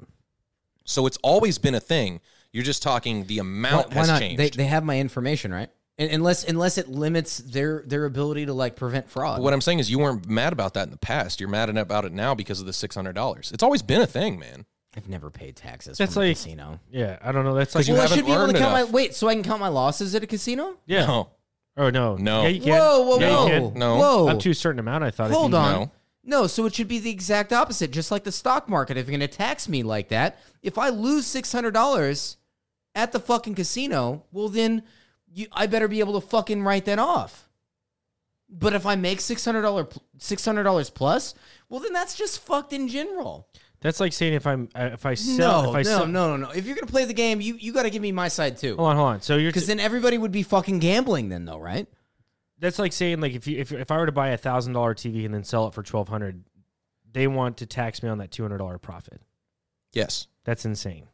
S3: So it's always been a thing. You're just talking
S2: why,
S3: the amount
S2: why
S3: has
S2: not?
S3: changed.
S2: They, they have my information, right? And, unless unless it limits their their ability to like prevent fraud.
S3: But what I'm saying is you weren't mad about that in the past. You're mad about it now because of the $600. It's always been a thing, man.
S2: I've never paid taxes.
S1: That's
S2: from a
S1: like-
S2: casino.
S1: yeah. I don't know. That's like
S3: you
S2: well, I
S3: haven't
S2: should be able to
S3: earned
S2: count my
S3: enough.
S2: wait, so I can count my losses at a casino.
S1: yeah.
S3: No.
S1: Oh no,
S3: No.
S1: Yeah, you can.
S2: Whoa, whoa,
S1: yeah,
S2: whoa,
S1: You can.
S3: No.
S2: whoa!
S1: Up to a certain amount, I thought.
S2: Hold
S1: it'd be-
S2: on.
S3: No.
S2: No. so it should be the exact opposite, just like the stock market. If you're going to tax me like that, if I lose $600 at the fucking casino, well, then you, I better be able to fucking write that off. But if I make $600, pl- $600 plus, well, then that's just fucked in general.
S1: That's like saying if I'm uh, if I sell
S2: no,
S1: if I
S2: no,
S1: sell,
S2: no, no, no. If you're going to play the game, you, you got to give me my side too.
S1: Hold on, hold on. So you're
S2: Because then everybody would be fucking gambling then, though, right?
S1: that's like saying like if you if, if I were to buy a thousand dollar TV and then sell it for twelve hundred, they want to tax me on that two hundred dollar profit.
S3: Yes.
S1: That's insane.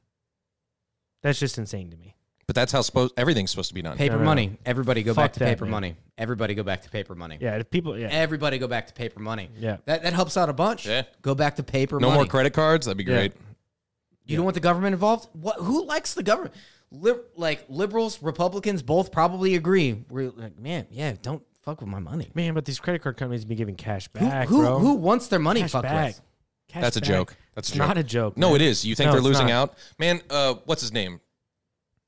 S1: That's just insane to me.
S3: But that's how supposed everything's supposed to be done.
S2: Paper
S1: no, no.
S2: money. Everybody go
S1: Fuck
S2: back to
S1: that,
S2: paper
S1: man.
S2: money. Everybody go back to paper money.
S1: Yeah, if people. Yeah,
S2: Everybody go back to paper money.
S1: Yeah.
S2: That, that helps out a bunch.
S3: Yeah.
S2: Go back to paper
S3: no
S2: money.
S3: more credit cards. That'd be
S1: Yeah.
S3: great.
S2: You don't want the government involved? What who likes the government? Lib- like liberals, Republicans both probably agree. We're like, man, yeah, don't fuck with my money.
S1: man. But these credit card companies be giving cash
S2: Who,
S1: back,
S2: who,
S1: bro.
S2: who wants their money
S1: cash
S2: fucked
S1: back?
S2: with?
S1: Cash
S3: That's a
S1: back.
S3: joke. That's a
S1: It's not
S3: joke.
S1: a joke.
S3: No,
S1: man.
S3: it is. You think
S1: No,
S3: they're
S1: it's
S3: losing
S1: not.
S3: out? Man, uh, what's his name?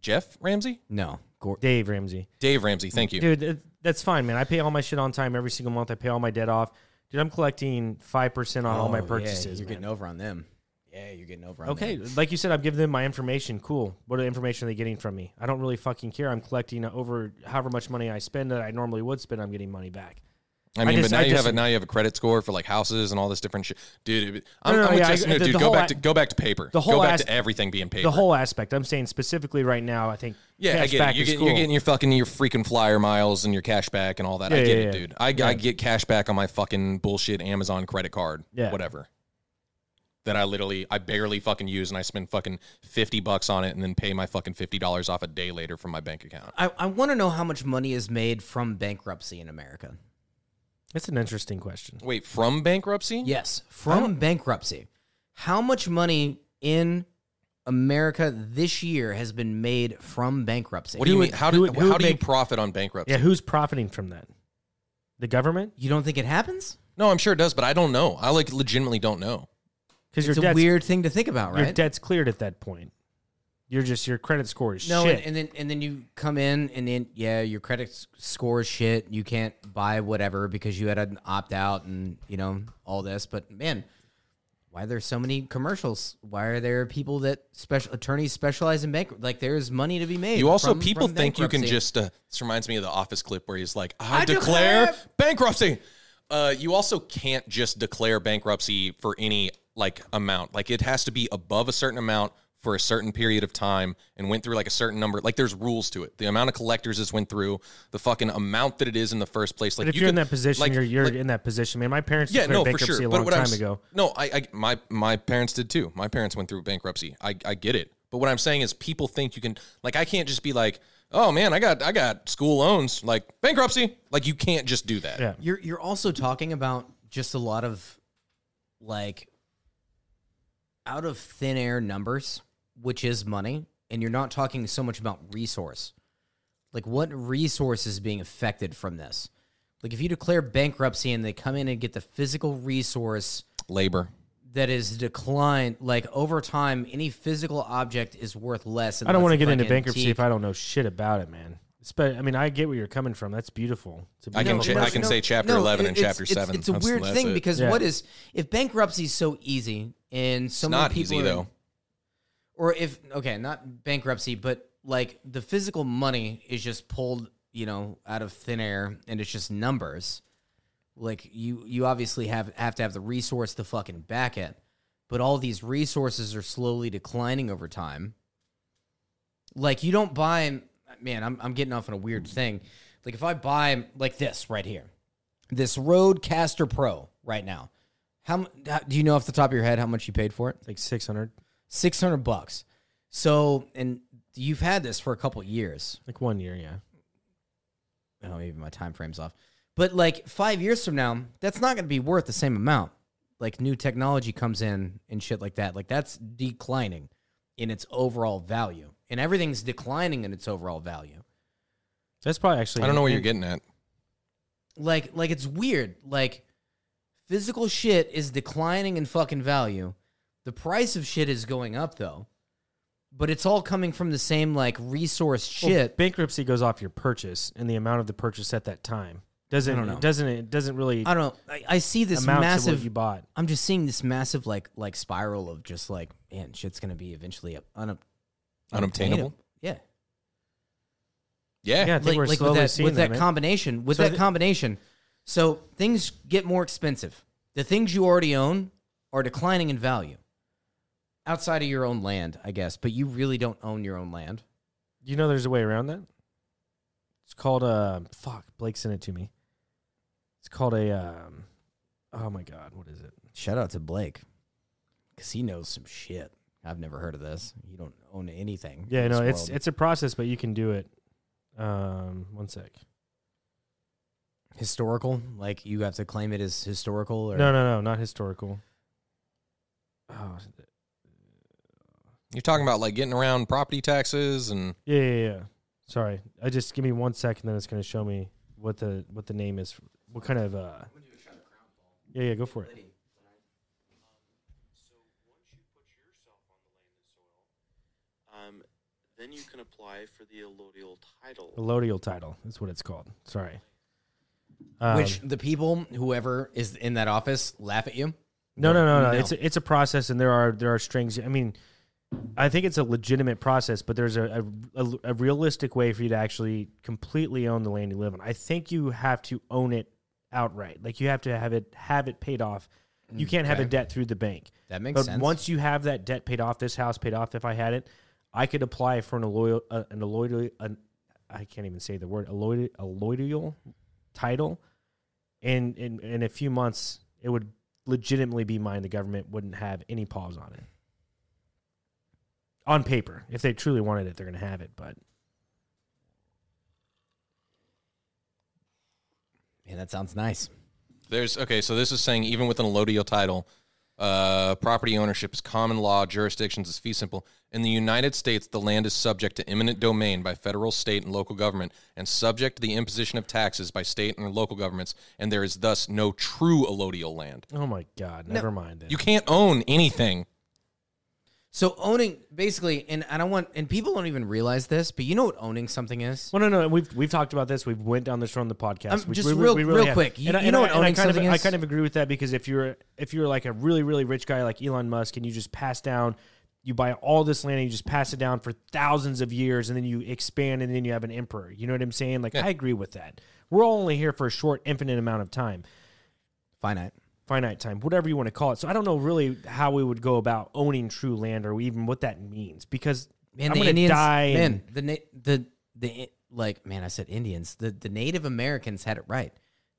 S3: Jeff Ramsey?
S2: No. Gor-
S1: Dave Ramsey.
S3: Dave Ramsey. Thank you.
S1: Dude, that- that's fine, man. I pay all my shit on time every single month. I pay all my debt off. Dude, I'm collecting 5% on all my
S2: Oh, yeah,
S1: purchases.
S2: you're
S1: man.
S2: getting over on them. Yeah, you're getting over on
S1: okay,
S2: them.
S1: like you said, I'm giving them my information. Cool. What information are they getting from me? I don't really fucking care. I'm collecting over however much money I spend that I normally would spend, I'm getting money back.
S3: I mean,
S1: just-
S3: but now
S1: I
S3: you have
S1: just-
S3: a now you have a credit score for like houses and all this different shit, dude. it- I'm,
S1: No, no,
S3: I'm with
S1: yeah, I-
S3: Justin. No,
S1: the-
S3: dude,
S1: the
S3: go
S1: whole
S3: back
S1: a-
S3: to go back to paper.
S1: the whole
S3: go back
S1: as-
S3: to everything being paper.
S1: The whole aspect. I'm saying specifically right now, I think
S3: Yeah,
S1: cash
S3: I get
S1: back
S3: it. You're,
S1: is
S3: get,
S1: cool.
S3: you're getting your fucking your freaking flyer miles and your cash back and all that. I
S1: Yeah,
S3: get
S1: yeah,
S3: it,
S1: yeah.
S3: dude. I, I get cash back on my fucking bullshit Amazon credit card,
S1: Yeah.
S3: whatever. That I literally I barely fucking use and I spend fucking fifty bucks on it and then pay my fucking fifty dollars off a day later from my bank account.
S2: I, I want to know how much money is made from bankruptcy in America.
S1: That's an interesting question.
S3: Wait, from bankruptcy?
S2: Yes, from bankruptcy. How much money in America this year has been made from bankruptcy?
S3: What do you
S1: Who
S3: mean?
S1: would-
S3: How
S1: who
S3: do
S1: would- who
S3: how
S1: would
S3: do you
S1: make-
S3: profit on bankruptcy?
S1: Yeah, who's profiting from that? The government?
S2: You don't think it happens?
S3: No, I'm sure it does, but I don't know. I like legitimately don't know.
S1: Because your
S2: It's a
S1: debt's
S2: weird thing to think about,
S1: your
S2: right?
S1: debt's cleared at that point. You're just your credit score is
S2: no,
S1: shit.
S2: and, and then and then you come in and then yeah, your credit s- score is shit. You can't buy whatever because you had an opt out and you know all this. But man, why there's so many commercials? Why are there people that special attorneys specialize in bank? Like there's money to be made.
S3: You also
S2: from-
S3: people
S2: from
S3: think you can
S2: bankruptcy.
S3: just. Uh, this reminds me of the Office clip where he's like, "I,
S2: I
S3: declare,
S2: declare-
S3: bankruptcy." Uh, you also can't just declare bankruptcy for any like amount. Like it has to be above a certain amount for a certain period of time and went through like a certain number. Like there's rules to it. The amount of collectors this went through, the fucking amount that it is in the first place. Like
S1: But if
S3: you
S1: you are in
S3: could-
S1: that position,
S3: like-
S1: you're you're
S3: like-
S1: in that position, man. My parents
S3: yeah,
S1: declared
S3: no, for
S1: bankruptcy
S3: sure.
S1: a
S3: but
S1: long
S3: what
S1: time
S3: I'm, s-
S1: ago.
S3: No, I, I my my parents did too. My parents went through bankruptcy. I, I get it. But what I'm saying is people think you can like I can't just be like, oh man, I got I got school loans, like bankruptcy. Like you can't just do that.
S1: Yeah.
S2: You're you're also talking about just a lot of like out of thin air numbers, which is money, and you're not talking so much about resource. Like what resource is being affected from this? Like if you declare bankruptcy and they come in and get the physical resource
S3: Labor.
S2: that is declined, like over time, any physical object is worth less.
S1: I don't want to
S2: unless
S1: get
S2: it's
S1: into
S2: like
S1: bankruptcy
S2: antique.
S1: if I don't know shit about it, man. It's be- I mean, I get where you're coming from. That's beautiful. It's a
S3: I can
S1: beautiful
S3: cha- I
S1: question.
S3: can say chapter
S2: no,
S3: 11 and
S2: it's-
S3: chapter
S2: it's-
S3: 7.
S2: It's a
S3: That's-
S2: weird
S3: that's
S2: thing
S3: it.
S2: because what is if bankruptcy is so easy and so
S3: it's
S2: many
S3: not
S2: people
S3: easy
S2: are-
S3: though.
S2: or if okay, not bankruptcy, but like the physical money is just pulled, you know, out of thin air and it's just numbers. Like you you obviously have have to have the resource to fucking back it. But all these resources are slowly declining over time. Like you don't buy man, I'm I'm getting off on a weird thing. Like if I buy like this right here. This Rodecaster Pro right now. How, mu- how do you know off the top of your head how much you paid for it?
S1: like 600,
S2: six hundred bucks. So, and you've had this for a couple years.
S1: like one year, yeah.
S2: Oh, even my time frame's off. But like five years from now, that's not going to be worth the same amount. Like new technology comes in and shit like that. Like that's declining in its overall value, and everything's declining in its overall value.
S1: That's probably actually.
S3: I don't know what you're getting at.
S2: Like, like it's weird. Like physical shit is declining in fucking value. The price of shit is going up though, but it's all coming from the same like resource
S1: Well,
S2: shit.
S1: bankruptcy goes off your purchase and the amount of the purchase at that time. Doesn't
S2: don't know.
S1: it doesn't it doesn't really
S2: I don't know. I, I see this
S1: amount to
S2: massive.
S1: what you bought.
S2: I'm just seeing this massive like like spiral of just like man, shit's gonna be eventually up- unob-
S3: Unobtainable?
S2: Yeah,
S3: Yeah.
S1: Yeah, I think
S2: like,
S1: we're
S2: like with
S1: slowly
S2: that
S1: seeing
S2: with that
S1: man.
S2: combination with that
S1: the-
S2: combination. So things get more expensive. The things you already own are declining in value. Outside of your own land, I guess, but you really don't own your own land.
S1: You know, there's a way around that. It's called uh, fuck. Blake sent it to me. It's called a um, oh my god, what is it?
S2: Shout out to Blake, because he knows some shit. I've never heard of this. You don't own anything.
S1: Yeah,
S2: in
S1: no,
S2: this
S1: it's
S2: world.
S1: it's a process, but you can do it. Um, one sec.
S2: historical? Like you have to claim it as historical? Or
S1: No, no, no, not historical. Oh,
S3: You're talking about like getting around property taxes and
S1: yeah, yeah, yeah. Sorry, I just give me one second, then it's gonna show me what the what the name is. What kind of uh? Yeah, yeah, go for it.
S4: Um, then you can apply for the allodial title.
S1: Allodial title is what it's called. Sorry.
S2: Which the people, whoever is in that office, laugh at you.
S1: No, no, no, no.
S2: No.
S1: It's a, it's a process, and there are there are strings. I mean, I think it's a legitimate process, but there's a, a, a, a realistic way for you to actually completely own the land you live on. I think you have to own it outright. Like you have to have it have it paid off. You can't have a debt through the bank.
S2: That makes
S1: but
S2: sense.
S1: once you have that debt paid off, this house paid off. If I had it, I could apply for an alloy, uh, an alloy, an, I can't even say the word alloy, alloyal title, and in in a few months, it would legitimately be mine. The government wouldn't have any pause on it. On paper, if they truly wanted it, they're going to have it. But
S2: Yeah, that sounds nice.
S3: There's okay, so this is saying even with an allodial title, uh, property ownership is common law, jurisdictions is fee simple. In the United States, the land is subject to eminent domain by federal, state, and local government, and subject to the imposition of taxes by state and local governments, and there is thus no true allodial land.
S1: oh my god, never mind. Then.
S3: You can't own anything.
S2: So owning basically, and I don't want, and people don't even realize this, but you know what owning something is?
S1: well, no, no, we've we've talked about this. We've went down this road on the podcast.
S2: Um,
S1: We-
S2: just
S1: we-
S2: real-
S1: we
S2: real
S1: have.
S2: quick, you-
S1: And I-
S2: you
S1: and
S2: know
S1: I-
S2: what
S1: and I
S2: owning
S1: kind of-
S2: something
S1: I
S2: is?
S1: kind of agree with that because if you're if you're like a really really rich guy like Elon Musk and you just pass down, you buy all this land and you just pass it down for thousands of years and then you expand and then you have an emperor. You know what I'm saying? Like I agree with that. We're all only here for a short, infinite amount of time.
S2: Finite.
S1: finite time, whatever you want to call it. So I don't know really how we would go about owning true land or even what that means because
S2: Man,
S1: I'm
S2: the
S1: gonna
S2: Indians,
S1: die and-
S2: man, the na- the the like, man, I said Indians. The the Native Americans had it right.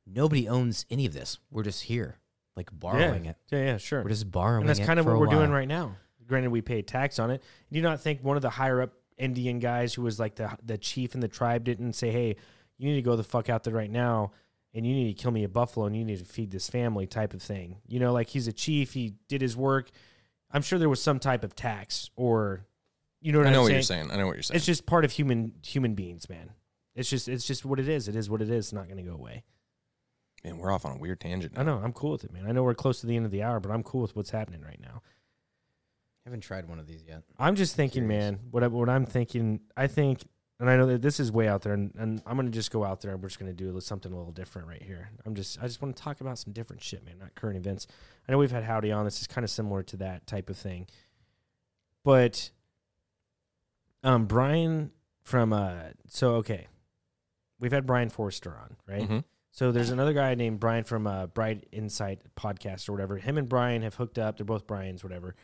S2: Nobody owns any of this. We're just here, like borrowing
S1: yeah.
S2: it.
S1: Yeah, yeah, sure.
S2: We're just borrowing.
S1: and that's
S2: it
S1: kind of what
S2: for a
S1: we're doing
S2: while.
S1: right now. Granted, we pay tax on it. Do you not think one of the higher up Indian guys who was like the the chief in the tribe didn't say, "Hey, you need to go the fuck out there right now, and you need to kill me a buffalo, and you need to feed this family," type of thing. You know, like he's a chief. He did his work. I'm sure there was some type of tax, or you know what
S3: I know
S1: am
S3: what
S1: saying?
S3: you're saying. I know what you're saying.
S1: It's just part of human human beings, man. It's just it's just what it is. It is what it is. It's not going to go away.
S3: Man, we're off on a weird tangent.
S1: I know. I'm cool with it, man. I know we're close to the end of the hour, but I'm cool with what's happening right now.
S2: haven't tried one of these yet.
S1: I'm just thinking,
S2: Curious.
S1: man. What I, what I'm thinking, I think, and I know that this is way out there, and, and I'm gonna just go out there, and we're just gonna do a little- something a little different right here. I'm just, I just want to talk about some different shit, man, not current events. I know we've had Howdy on. This is kind of similar to that type of thing, but um, Brian from uh, so okay, we've had Brian Forrester on, right?
S3: Mhm.
S1: So there's another guy named Brian from uh, Bright Insight podcast or whatever. Him and Brian have hooked up. They're both Brian's, whatever.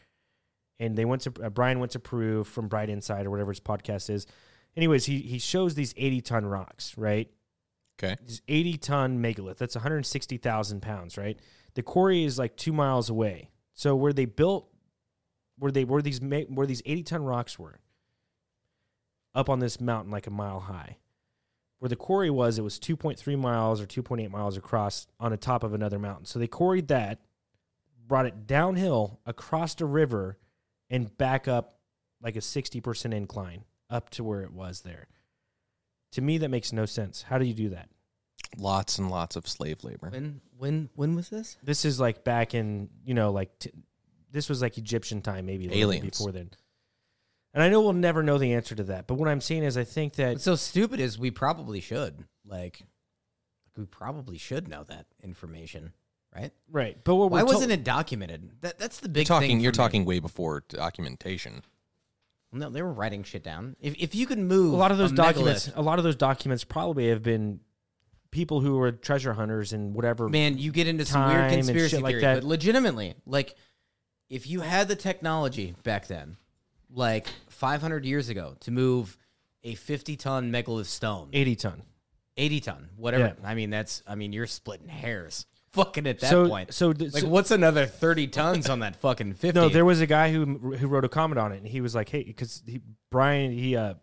S1: And they went to uh, Brian went to Peru from Bright Insight or whatever his podcast is. Anyways, he he shows these 80 ton rocks, right?
S3: Okay.
S1: This 80 ton megalith. That's 160,000 pounds, right? The quarry is like two miles away. So where they built, where they where these ma- where these 80 ton rocks were, up on this mountain like a mile high where the quarry was, it was 2.3 miles or 2.8 miles across on the top of another mountain. So they quarried that, brought it downhill across the river, and back up like a 60% incline up to where it was there. To me, that makes no sense. How do you do that?
S3: Lots and lots of slave labor.
S2: When when when was this?
S1: This is like back in, you know, like t- this was like Egyptian time, maybe a little bit
S3: Aliens.
S1: before then. And I know we'll never know the answer to that, but what I'm saying is, I think that
S2: What's so stupid is we probably should like we probably should know that information, right?
S1: right. But what
S2: Why
S1: we're to-
S2: wasn't it documented? That that's the big
S3: Talking,
S2: Thing
S3: you're
S2: for me.
S3: talking way before documentation.
S2: No, they were writing shit down. If if you could move
S1: a lot of those
S2: megalith-
S1: documents a lot of those documents probably have been people who were treasure hunters and whatever
S2: man, you get into some
S1: Time
S2: weird
S1: and
S2: conspiracy
S1: shit like
S2: theory,
S1: that.
S2: but legitimately, like if you had the technology back then, like 500 years ago, to move a 50 ton megalith stone,
S1: 80 ton
S2: 80 ton, whatever.
S1: Yeah.
S2: I mean, that's I mean, you're splitting hairs, fucking at that
S1: so
S2: point.
S1: so, th-
S2: like,
S1: so-
S2: what's another 30 tons on that fucking 50?
S1: no there was a guy who who wrote a comment on it and he was like hey because he brian he uh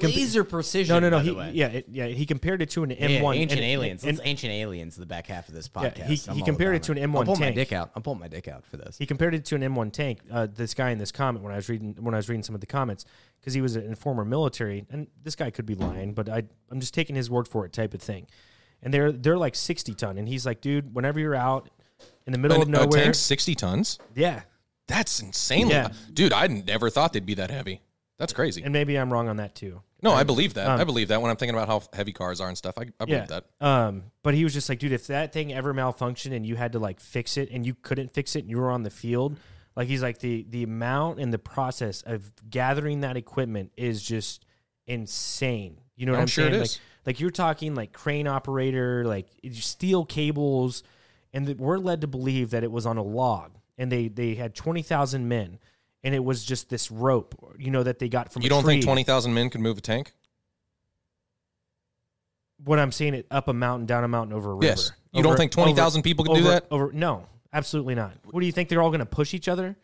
S2: laser precision.
S1: no no no
S2: by the
S1: he,
S2: way.
S1: yeah it, yeah he compared it to an
S2: Yeah,
S1: m1
S2: ancient
S1: and-
S2: aliens.
S1: and-
S2: It's ancient aliens. The back half of this
S1: Yeah,
S2: podcast.
S1: he- he
S2: I'm all
S1: compared it
S2: about
S1: to an
S2: I'll
S1: M1
S2: pull my
S1: tank.
S2: dick out. I'll pull my dick out for this.
S1: He compared it to an M1 tank. Uh, this guy in this comment when I was reading when I was reading some of the comments because he was a former military, and this guy could be lying, but I I'm just taking his word for it type of thing. And they're they're like 60 ton, and he's like, dude, whenever you're out in the middle of
S3: An- a
S1: nowhere,
S3: tank's 60 tons?
S1: yeah.
S3: That's insanely.
S1: Yeah.
S3: Dude, I never thought they'd be that heavy. That's crazy.
S1: And maybe I'm wrong on that too.
S3: no, I believe that. I believe that when I'm thinking about how heavy cars are and stuff. I, I believe
S1: Yeah.
S3: that.
S1: Um, but he was just like, dude, if that thing ever malfunctioned and you had to like fix it and you couldn't fix it and you were on the field, like he's like the the amount and the process of gathering that equipment is just insane. You know what
S3: I'm
S1: I'm,
S3: sure it
S1: saying?
S3: is.
S1: Like, like you're talking like crane operator, like steel cables, and that we're led to believe that it was on a log and they they had twenty thousand men. And it was just this rope, you know, that they got from. a
S3: You don't think
S1: tree.
S3: 20,000 men could move a tank?
S1: What I'm saying, it up a mountain, down a mountain, over a river.
S3: Yes. You don't
S1: Over-
S3: think 20,000 people could do
S1: over-
S3: that?
S1: Over no, absolutely not. What do you think? They're all going to push each other,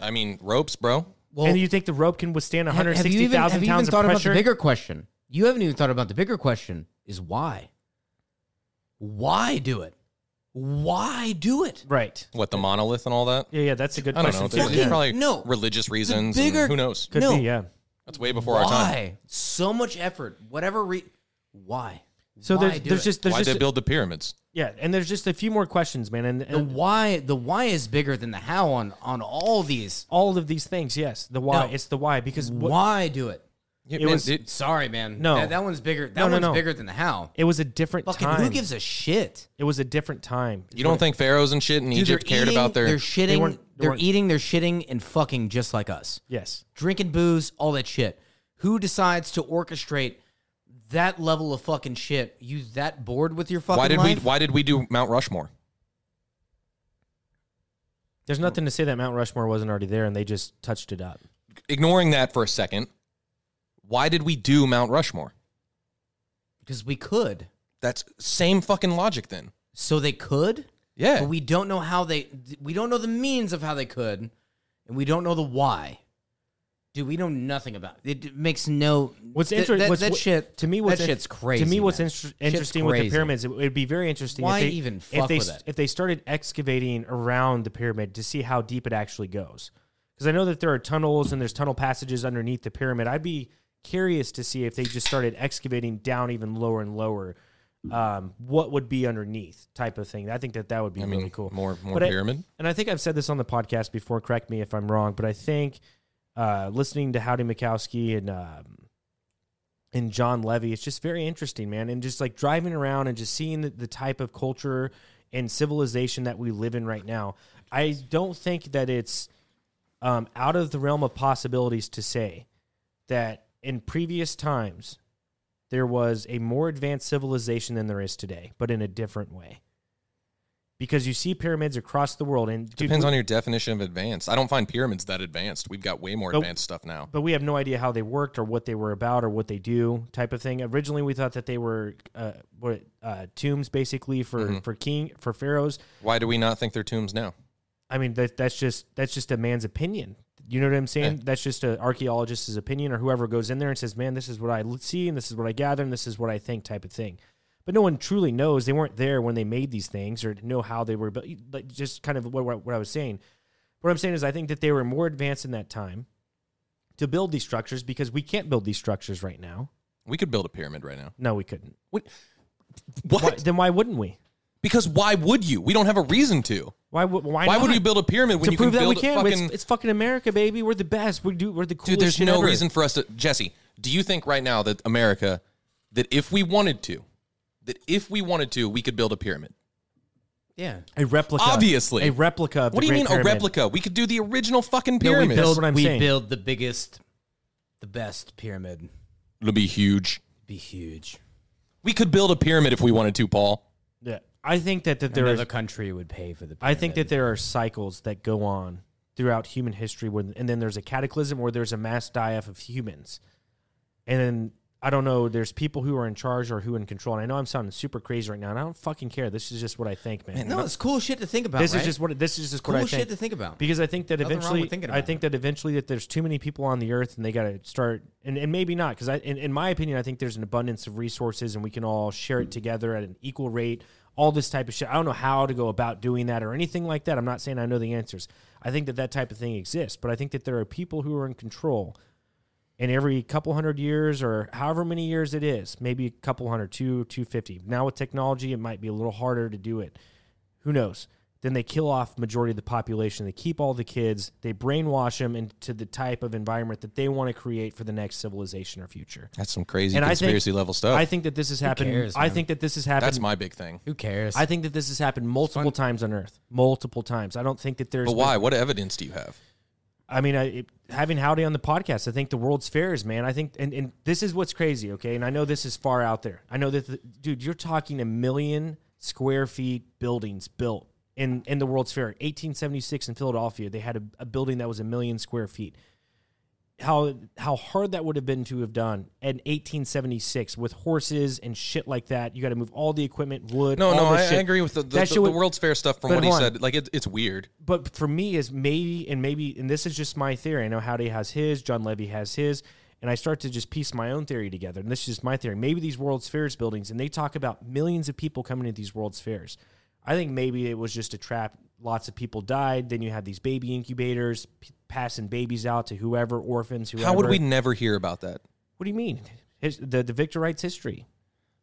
S3: I mean, ropes, bro.
S2: Well,
S1: and you think the rope can withstand
S2: have- have you
S1: 160,000
S2: even- have you even
S1: pounds of
S2: thought about
S1: pressure?
S2: the bigger question? You haven't even thought about the bigger question: is why? Why do it? Why do it?
S1: right?
S3: What, the monolith and all that?
S1: Yeah, yeah, that's a good
S3: I don't
S1: question.
S3: know.
S1: too.
S3: There's
S2: Fucking
S3: probably
S2: no.
S3: religious reasons. and
S2: bigger-
S3: who knows?
S1: Could
S2: No.
S1: be, yeah.
S3: That's way before
S2: why
S3: our time.
S2: so much effort? Whatever. Re- why?
S1: So
S2: Why
S1: there's
S2: do
S1: there's
S2: it?
S1: just there's
S3: Why'd
S1: just
S3: they build the pyramids?
S1: yeah, and there's just a few more questions, man, and,
S2: the
S1: and
S2: why. The why is bigger than the how on on all these.
S1: all of these things. Yes, the why.
S2: No.
S1: It's the why because what,
S2: Why do it?
S3: Yeah,
S1: It was-
S3: dude,
S2: Sorry, man.
S1: No.
S2: that, that one's bigger. That
S1: No, no,
S2: one's
S1: no.
S2: bigger than the how.
S1: it was a different
S2: Fucking
S1: time.
S2: who gives a shit?
S1: it was a different time.
S3: you don't think pharaohs and shit in
S2: Dude,
S3: Egypt
S2: they're
S3: cared about
S2: eating,
S3: their.
S2: They're shitting. They
S1: weren't- they
S2: are
S1: weren't-
S2: eating. They're shitting and fucking just like us.
S1: Yes,
S2: Drinking booze, all that shit. Who decides to orchestrate that level of fucking shit? You that bored with your fucking
S3: why did we?
S2: life?
S3: Why did we do Mount Rushmore?
S1: There's nothing to say that Mount Rushmore wasn't already there and they just touched it up.
S3: Ignoring that for a second, why did we do Mount Rushmore?
S2: because we could.
S3: That's same fucking logic then.
S2: So they could,
S3: Yeah.
S2: but we don't know how they. We don't know the means of how they could, and we don't know the why. Dude, we know nothing about it. It makes no.
S1: What's
S2: that-
S1: interesting?
S2: That,
S1: what's,
S2: that
S1: what-
S2: shit
S1: to me? What's
S2: that
S1: in-
S2: shit's crazy.
S1: To me, what's
S2: man.
S1: in- interesting with the
S2: crazy.
S1: pyramids? It would be very interesting.
S2: Why
S1: if they,
S2: even
S1: if
S2: fuck
S1: they
S2: with
S1: s-
S2: it?
S1: if they started excavating around the pyramid to see how deep it actually goes? Because I know that there are tunnels and there's tunnel passages underneath the pyramid. I'd be curious to see if they just started excavating down even lower and lower. Um, what would be underneath, type of thing. I think that that would be
S3: I mean,
S1: really cool.
S3: more more
S1: But I-
S3: pyramid.
S1: and I think I've said this on the podcast before. Correct me if I'm wrong, but I think uh, listening to Howdy Mikowski and um, and John Levy, it's just very interesting, man. And just like driving around and just seeing the, the type of culture and civilization that we live in right now, I don't think that it's um, out of the realm of possibilities to say that in previous times there was a more advanced civilization than there is today, but in a different way. Because you see pyramids across the world, and dude,
S3: Depends
S1: we-
S3: on your definition of advanced. I don't find pyramids that advanced. We've got way more
S1: Nope.
S3: advanced stuff now.
S1: but we have no idea how they worked or what they were about or what they do type of thing originally we thought that they were uh, what uh, tombs basically for
S3: Mm-hmm.
S1: for king for pharaohs
S3: Why do we not think they're tombs now?
S1: i mean that that's just that's just a man's opinion you know what i'm saying that's just an archaeologist's opinion or whoever goes in there and says man this is what i l- see and this is what i gather and this is what i think type of thing but no one truly knows they weren't there when they made these things or know how they were but like just kind of what, what what i was saying what i'm saying is i think that they were more advanced in that time to build these structures because we can't build these structures right now
S3: We could build a pyramid right now.
S1: no we couldn't
S3: What?
S1: why,
S3: What?
S1: then why wouldn't we
S3: Because why would you? We don't have a reason to.
S1: why, would why,
S3: Why would
S1: not?
S3: we build a pyramid when
S1: to
S3: you
S1: prove
S3: can
S1: that we
S3: build
S1: can
S3: a
S1: it's,
S3: fucking
S1: it's fucking america baby we're the best we do we're the coolest
S3: dude? There's
S1: shit
S3: no
S1: ever.
S3: reason for us to Jesse. Do you think right now that America, that if we wanted to, that if we wanted to, we could build a pyramid?
S2: yeah.
S1: A replica.
S3: Obviously.
S1: A replica of the
S3: What do you
S1: Great
S3: mean
S1: Pyramid.
S3: a replica? We could do the original fucking
S2: No, we
S3: pyramid.
S2: build.
S1: what I'm
S2: we
S1: saying.
S2: build the biggest, the best pyramid.
S3: It'll be huge.
S2: Be huge.
S3: We could build a pyramid if we wanted to, Paul.
S1: Yeah. I think that, that there
S2: Another
S1: is,
S2: country would pay for the.
S1: I
S2: Pyramid.
S1: think that there are cycles that go on throughout human history when and then there's a cataclysm where there's a mass die off of humans. And then I don't know, there's people who are in charge or who in control. And I know I'm sounding super crazy right now, and I don't fucking care. This is just what I think, man.
S2: no, it's cool shit to think about.
S1: this
S2: right?
S1: is just what this is just
S2: cool
S1: what I
S2: shit
S1: think.
S2: to think about.
S1: because I think that
S2: Nothing wrong
S1: eventually,
S2: with thinking
S1: I
S2: about
S1: think that eventually that there's too many people on the earth, and they got to start, and, and maybe not, because I, in, in my opinion, I think there's an abundance of resources, and we can all share
S2: Mm.
S1: it together at an equal rate. All this type of shit. I don't know how to go about doing that or anything like that. I'm not saying I know the answers. I think that that type of thing exists, but I think that there are people who are in control. And every couple hundred years, or however many years it is, maybe a couple hundred, two, two fifty. Now with technology, it might be a little harder to do it who knows then they kill off majority of the population they keep all the kids they brainwash them into the type of environment that they want to create for the next civilization or future
S3: That's some crazy
S1: And I think-
S3: conspiracy level stuff.
S1: i think that this has happened
S2: cares,
S1: i
S2: man?
S1: think that this has happened
S3: That's my big thing.
S2: Who cares?
S1: i think that this has happened multiple times on earth multiple times i don't think that there's
S3: But why? What evidence do you have?
S1: I mean, I, it, having Howdy on the podcast, I think the world's fairs, man. I think, and, and this is what's crazy, okay? And I know this is far out there. I know that, the, dude, you're talking a million square feet buildings built in, in the World's Fair. 1876 in Philadelphia, they had a, a building that was a million square feet. How how hard that would have been to have done in 1876 with horses and shit like that. You got to move all the equipment, wood.
S3: No,
S1: all
S3: no, I,
S1: this
S3: I
S1: shit.
S3: agree with the, the,
S1: That
S3: the,
S1: shit
S3: the
S1: would-
S3: World's Fair stuff from
S1: But
S3: what he
S1: hold on.
S3: said. Like, it, it's weird.
S1: but for me is maybe and maybe and this is just my theory. I know Howdy has his, John Levy has his, and I start to just piece my own theory together. And this is just my theory. Maybe these World's Fairs buildings, and they talk about millions of people coming to these World's Fairs. I think maybe it was just a trap. Lots of people died. Then you had these baby incubators p- passing babies out to whoever orphans. Whoever.
S3: How would we never hear about that?
S1: What do you mean? His, the the Victor Wright's history.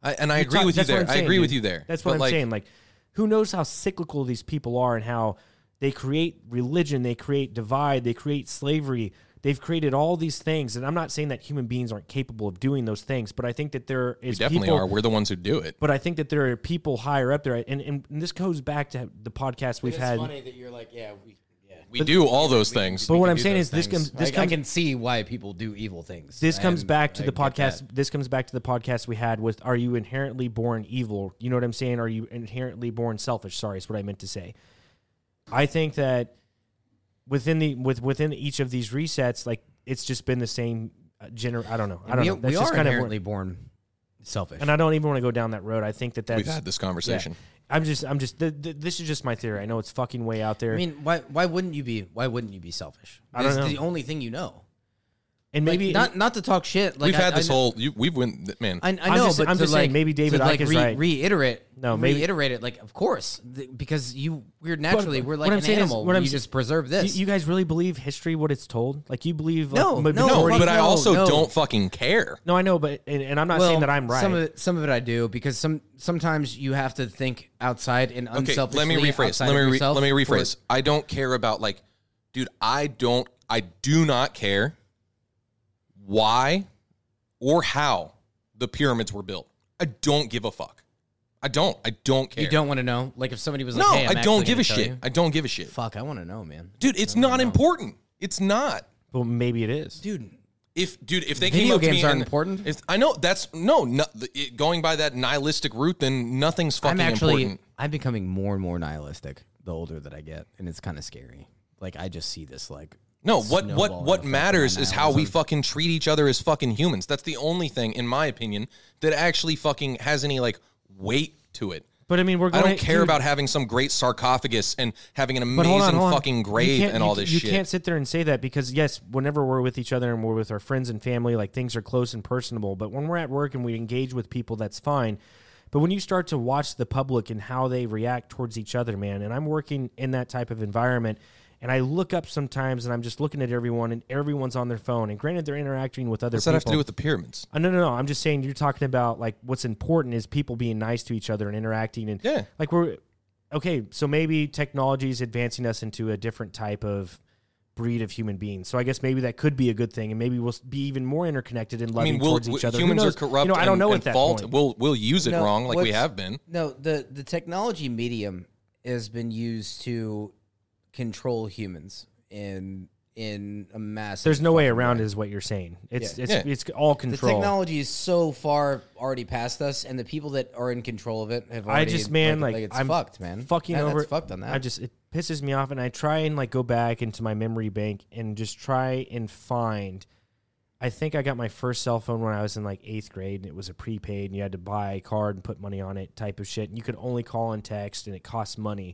S3: I, and I agree
S1: Talk-
S3: with you
S1: that's what
S3: there.
S1: I'm
S3: I
S1: saying,
S3: agree
S1: dude.
S3: with you there.
S1: That's what
S3: But,
S1: I'm
S3: like,
S1: saying. Like, who knows how cyclical these people are and how they create religion, they create divide, they create slavery. They've created all these things, and I'm not saying that human beings aren't capable of doing those things, but I think that there
S3: We
S1: is
S3: definitely
S1: people.
S3: are. We're the ones who do it.
S1: But I think that there are people higher up there, and, and, and this goes back to the podcast we've had.
S2: that you're like, yeah, we, yeah.
S3: We do all those things.
S1: But what
S2: can
S1: I'm
S2: do
S1: saying
S2: those
S1: is, this
S2: things.
S1: comes this
S2: I, I
S1: comes
S2: can see why people do evil things.
S1: This comes
S2: And
S1: back to
S2: I
S1: the
S2: get that.
S1: podcast. This comes back to the podcast we had with Are you inherently born evil? You know what I'm saying? Are you inherently born selfish? Sorry, is what I meant to say. I think that within the with within each of these resets, like it's just been the same uh, gener. I don't know. I don't
S2: we
S1: know. That's
S2: we
S1: just
S2: are
S1: kind of
S2: inherently
S1: where,
S2: born selfish.
S1: and I don't even want to go down that road. I think that that's.
S3: We've had this conversation.
S1: I'm just. I'm just. Th- th- this is just my theory. I know it's fucking way out there,
S2: I mean, why why wouldn't you be why wouldn't you be selfish?
S1: I don't
S2: It's
S1: know.
S2: the only thing you know.
S1: and
S2: Like,
S1: maybe
S2: not not to talk shit. Like
S3: we've
S2: I-
S3: had this
S2: I,
S3: whole. You, we've went. Man,
S2: I, I
S1: I'm
S2: know,
S1: just-
S2: but
S1: I'm
S2: to
S1: just
S2: like,
S1: saying maybe David
S2: to like
S1: Icke is
S2: re-
S1: right.
S2: reiterate.
S1: No, maybe-
S2: reiterate it. Like, of course, th- because you we're naturally we're like
S1: what I'm
S2: an
S1: saying is-
S2: animal.
S1: what I'm
S2: you
S1: s-
S2: just preserve
S1: you,
S2: this.
S1: you guys really believe history what it's told? Like you believe? like,
S2: No,
S1: ma-
S2: no,
S1: majority-
S3: no,
S2: already-
S3: but I
S2: no,
S3: also
S2: no.
S3: don't fucking care.
S1: No, I know, but and, and I'm not saying that I'm right.
S2: Some of it, some of it I do because some sometimes you have to think outside and
S3: Okay,
S2: unselfishly.
S3: let me rephrase.
S2: outside
S3: Let me
S2: of
S3: re-
S2: yourself
S3: let me
S2: or-
S3: rephrase. I don't care about like, dude. I don't. I do not care why or how the pyramids were built. I don't give a fuck. I don't. I don't care.
S2: you don't want to know. Like if somebody was like,
S3: No,
S2: "Hey, I'm
S3: I
S2: actually
S3: don't give
S2: gonna
S3: a
S2: tell
S3: shit.
S2: you."
S3: I don't give a shit,
S2: Fuck, I want to know, man.
S3: dude. It's not important. It's not.
S1: well, maybe it is.
S2: Dude,
S3: If dude, if they came
S2: Video
S3: up to
S2: games
S3: me
S2: aren't
S3: and-
S2: important?
S3: if- I know that's no, no it, going by that nihilistic route, then nothing's fucking
S2: I'm actually
S3: important.
S2: I'm becoming more and more nihilistic the older that I get, and it's kind of scary. Like I just see this like
S3: No, what what
S2: snowball
S3: what
S2: effect
S3: matters
S2: on
S3: is how we
S2: nihilism.
S3: fucking treat each other as fucking humans. That's the only thing, in my opinion, that actually fucking has any like weight to it.
S1: But I mean, we're
S3: I
S1: going.
S3: don't care
S1: dude,
S3: about having some great sarcophagus and having an
S1: But
S3: amazing
S1: hold on, hold on.
S3: fucking
S1: You
S3: grave
S1: can't-
S3: and
S1: you
S3: all
S1: ca-
S3: this
S1: you
S3: shit.
S1: can't sit there and say that because yes, whenever we're with each other and we're with our friends and family, like things are close and personable. But when we're at work and we engage with people, that's fine. But when you start to watch the public and how they react towards each other, man, and I'm working in that type of environment, and I look up sometimes and I'm just looking at everyone and everyone's on their phone. And granted, they're interacting with other
S3: What's
S1: people.
S3: that have to do with the pyramids?
S1: Uh, no, no, no. I'm just saying you're talking about like what's important is people being nice to each other and interacting and
S3: Yeah.
S1: like we're okay. So maybe technology is advancing us into a different type of breed of human beings. So I guess maybe that could be a good thing, and maybe we'll s- be even more interconnected and
S3: I
S1: loving
S3: mean, we'll,
S1: towards each other. Who
S3: humans are
S1: knows?
S3: corrupt.
S1: You know, I don't
S3: and,
S1: know
S3: and
S1: at that
S3: fault.
S1: point.
S3: We'll we'll use it
S2: No,
S3: wrong like we
S2: what's-
S3: have been.
S2: No, the the technology medium has been used to control humans in in a massive.
S1: There's no way
S2: fucking
S1: around, is what you're saying. It's it's
S3: Yeah.
S1: it's all
S2: The
S1: control.
S2: technology is so far already past us, and the people that are in control of it have
S1: I
S2: already.
S1: just man like,
S2: it's
S1: I'm
S2: fucked, man.
S1: Fucking
S2: Man,
S1: over
S2: that's fucked on that.
S1: I just it pisses me off, and I try and like go back into my memory bank and just try and find. I think I got my first cell phone when I was in like eighth grade, and it was a prepaid, and you had to buy a card and put money on it, type of shit. And you could only call and text, and it cost money.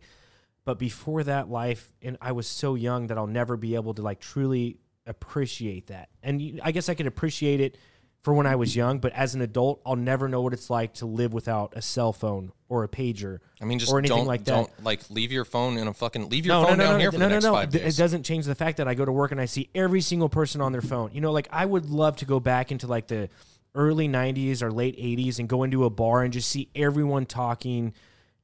S1: But before that life, and I was so young that I'll never be able to like truly appreciate that. And you- I guess I could appreciate it for when I was young, but as an adult, I'll never know what it's like to live without a cell phone or a pager.
S3: I mean, just
S1: or anything
S3: don't
S1: like that.
S3: don't like leave your phone in a fucking leave your phone down here for the next five
S1: Th-
S3: days.
S1: It doesn't change the fact that I go to work and I see every single person on their phone. You know, like I would love to go back into like the early 90s or late 80s and go into a bar and just see everyone talking,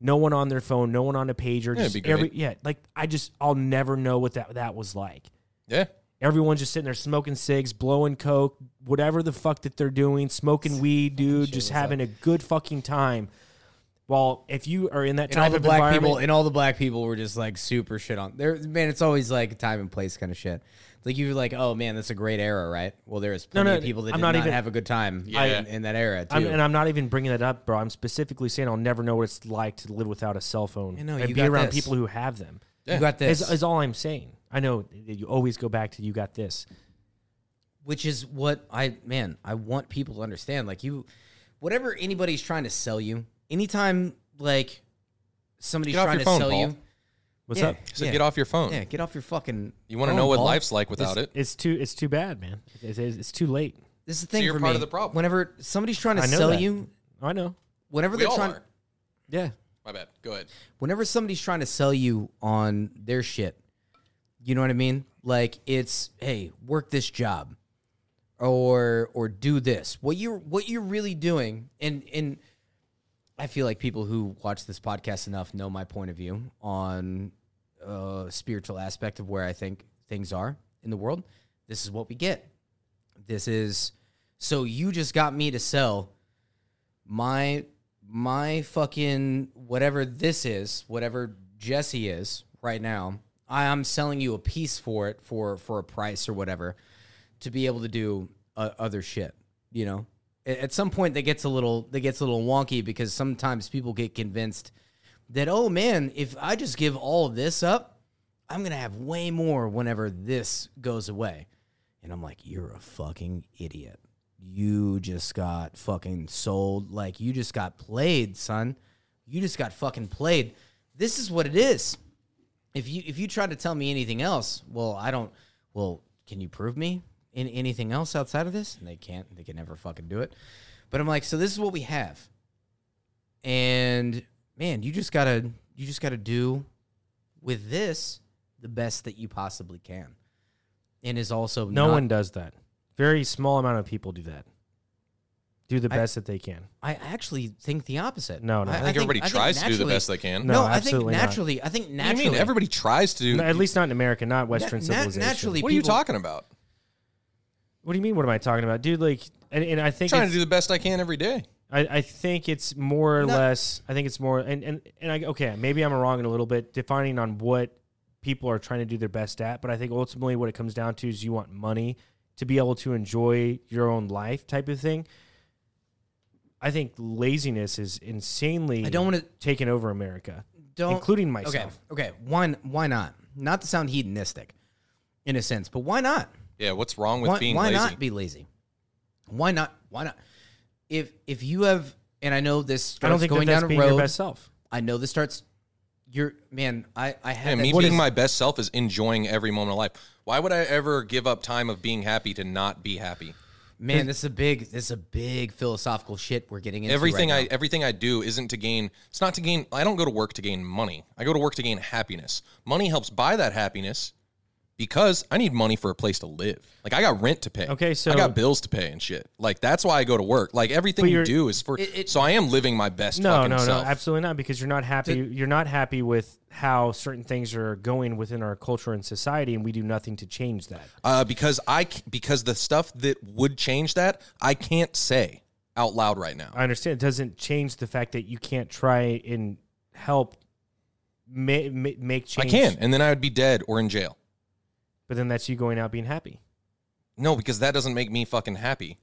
S1: no one on their phone, no one on a pager.
S3: it'd
S1: just
S3: be great.
S1: every yeah, like I just I'll never know what that that was like.
S3: yeah,
S1: Everyone's just sitting there smoking cigs, blowing coke, whatever the fuck that they're doing, smoking weed, dude, just having a good fucking time. Well, if you are in that
S2: and all
S1: type
S2: the
S1: of
S2: black
S1: environment,
S2: people and all the black people were just like super shit on there man it's always like time and place kind of shit like you were like oh man that's a great era right well there's plenty
S1: no,
S2: of people that
S1: I'm
S2: did
S1: not
S2: not,
S1: even-
S2: have a good time in, in that era too
S1: I'm, and I'm not even bringing that up, bro. I'm specifically saying I'll never know what it's like to live without a cell phone
S2: I know,
S1: and
S2: you
S1: be
S2: got
S1: around
S2: this.
S1: people who have them.
S2: you got this
S1: Is, is all I'm saying. I know that you always go back to you got this.
S2: which is what I man, I want people to understand. Like you, whatever anybody's trying to sell you, anytime like somebody's
S3: Get off
S2: trying to
S3: your phone,
S2: sell
S3: Paul.
S2: you,
S1: What's
S2: yeah,
S1: up?
S3: so
S2: yeah,
S3: get off your phone.
S2: Yeah, get off your fucking.
S3: You want to
S2: phone,
S3: know what
S2: Paul.
S3: life's like without it?
S1: It's too. It's too bad, man. It's, it's, it's too late.
S2: This is the thing
S3: you're
S2: for
S3: part
S2: me.
S3: of the problem.
S2: Whenever somebody's trying to
S1: I know
S2: sell
S1: that.
S2: you,
S1: I know.
S2: whenever
S3: We
S2: they're
S3: all
S2: trying,
S3: are.
S1: Yeah.
S3: My bad. Go ahead.
S2: whenever somebody's trying to sell you on their shit, you know what I mean? Like it's hey, work this job or or do this. What you're what you're really doing and and I feel like people who watch this podcast enough know my point of view on uh spiritual aspect of where I think things are in the world. This is what we get. This is so you just got me to sell my my fucking whatever this is, whatever Jesse is right now, I am selling you a piece for it for for a price or whatever to be able to do uh, other shit, you know. A- At some point that gets a little that gets a little wonky because sometimes people get convinced that oh man, if I just give all of this up, I'm gonna have way more whenever this goes away. And I'm like, you're a fucking idiot. You just got fucking sold. Like you just got played, son. You just got fucking played. This is what it is. If you if you try to tell me anything else, well, I don't. Well, can you prove me in anything else outside of this? And they can't. They can never fucking do it. But I'm like, so this is what we have. And man, you just gotta you just gotta do with this the best that you possibly can. And is also
S1: No
S2: not-
S1: one does that. Very small amount of people do that. Do the
S2: I-
S1: best that they can.
S2: I actually think the opposite.
S1: No, no.
S3: I, think everybody tries to do the best they can.
S1: No,
S2: No, I think
S1: absolutely not.
S2: naturally. I think
S3: What do
S2: naturally.
S3: you mean everybody tries to do?
S1: At least not in America, not Western
S2: na-
S1: civilization.
S2: naturally,
S3: what are you
S2: people-
S3: talking about?
S1: What do you mean? What am I talking about, dude? Like, and, and I think
S3: trying
S1: it's-
S3: to do the best I can every day.
S1: I, I think it's more or
S2: No.
S1: less. I think it's more, and and and I okay, maybe I'm wrong in a little bit defining on what people are trying to do their best at, but I think ultimately what it comes down to is you want money to be able to enjoy your own life, type of thing. I think laziness is insanely.
S2: I don't want to
S1: taking over America,
S2: don't
S1: including
S2: Okay,
S1: myself.
S2: okay. Why why not? Not to sound hedonistic, in a sense, but why not?
S3: Yeah, what's wrong with
S2: why,
S3: being
S2: why
S3: lazy?
S2: not be lazy? Why not? Why not? If if you have, and I know this starts
S1: I don't think
S2: going
S1: that that's
S2: down a
S1: being
S2: road.
S1: your best self.
S2: I know this starts. You're man. I I
S3: Yeah,
S2: had that-
S3: me
S2: what
S3: being
S2: is-
S3: my best self is enjoying every moment of life. Why would I ever give up time of being happy to not be happy?
S2: man. This is a big. This is a big philosophical shit we're getting into.
S3: everything
S2: right
S3: I everything I do isn't to gain. It's not to gain. I don't go to work to gain money. I go to work to gain happiness. Money helps buy that happiness because I need money for a place to live. Like I got rent to pay.
S1: Okay, so-
S3: I got bills to pay and shit. Like that's why I go to work. Like everything
S1: But
S3: you
S1: you're-
S3: do is for.
S2: It- it-
S3: so I am living my best.
S1: No,
S3: fucking
S1: no,
S3: self.
S1: no, absolutely not. Because you're not happy. you're not happy with how certain things are going within our culture and society, and we do nothing to change that.
S3: Uh, because I c- because the stuff that would change that I can't say out loud right now.
S1: I understand it doesn't change the fact that you can't try and help ma- ma- make
S3: I
S1: change.
S3: can, and then I would be dead or in jail.
S1: but then that's you going out being happy.
S3: No, because that doesn't make me fucking happy.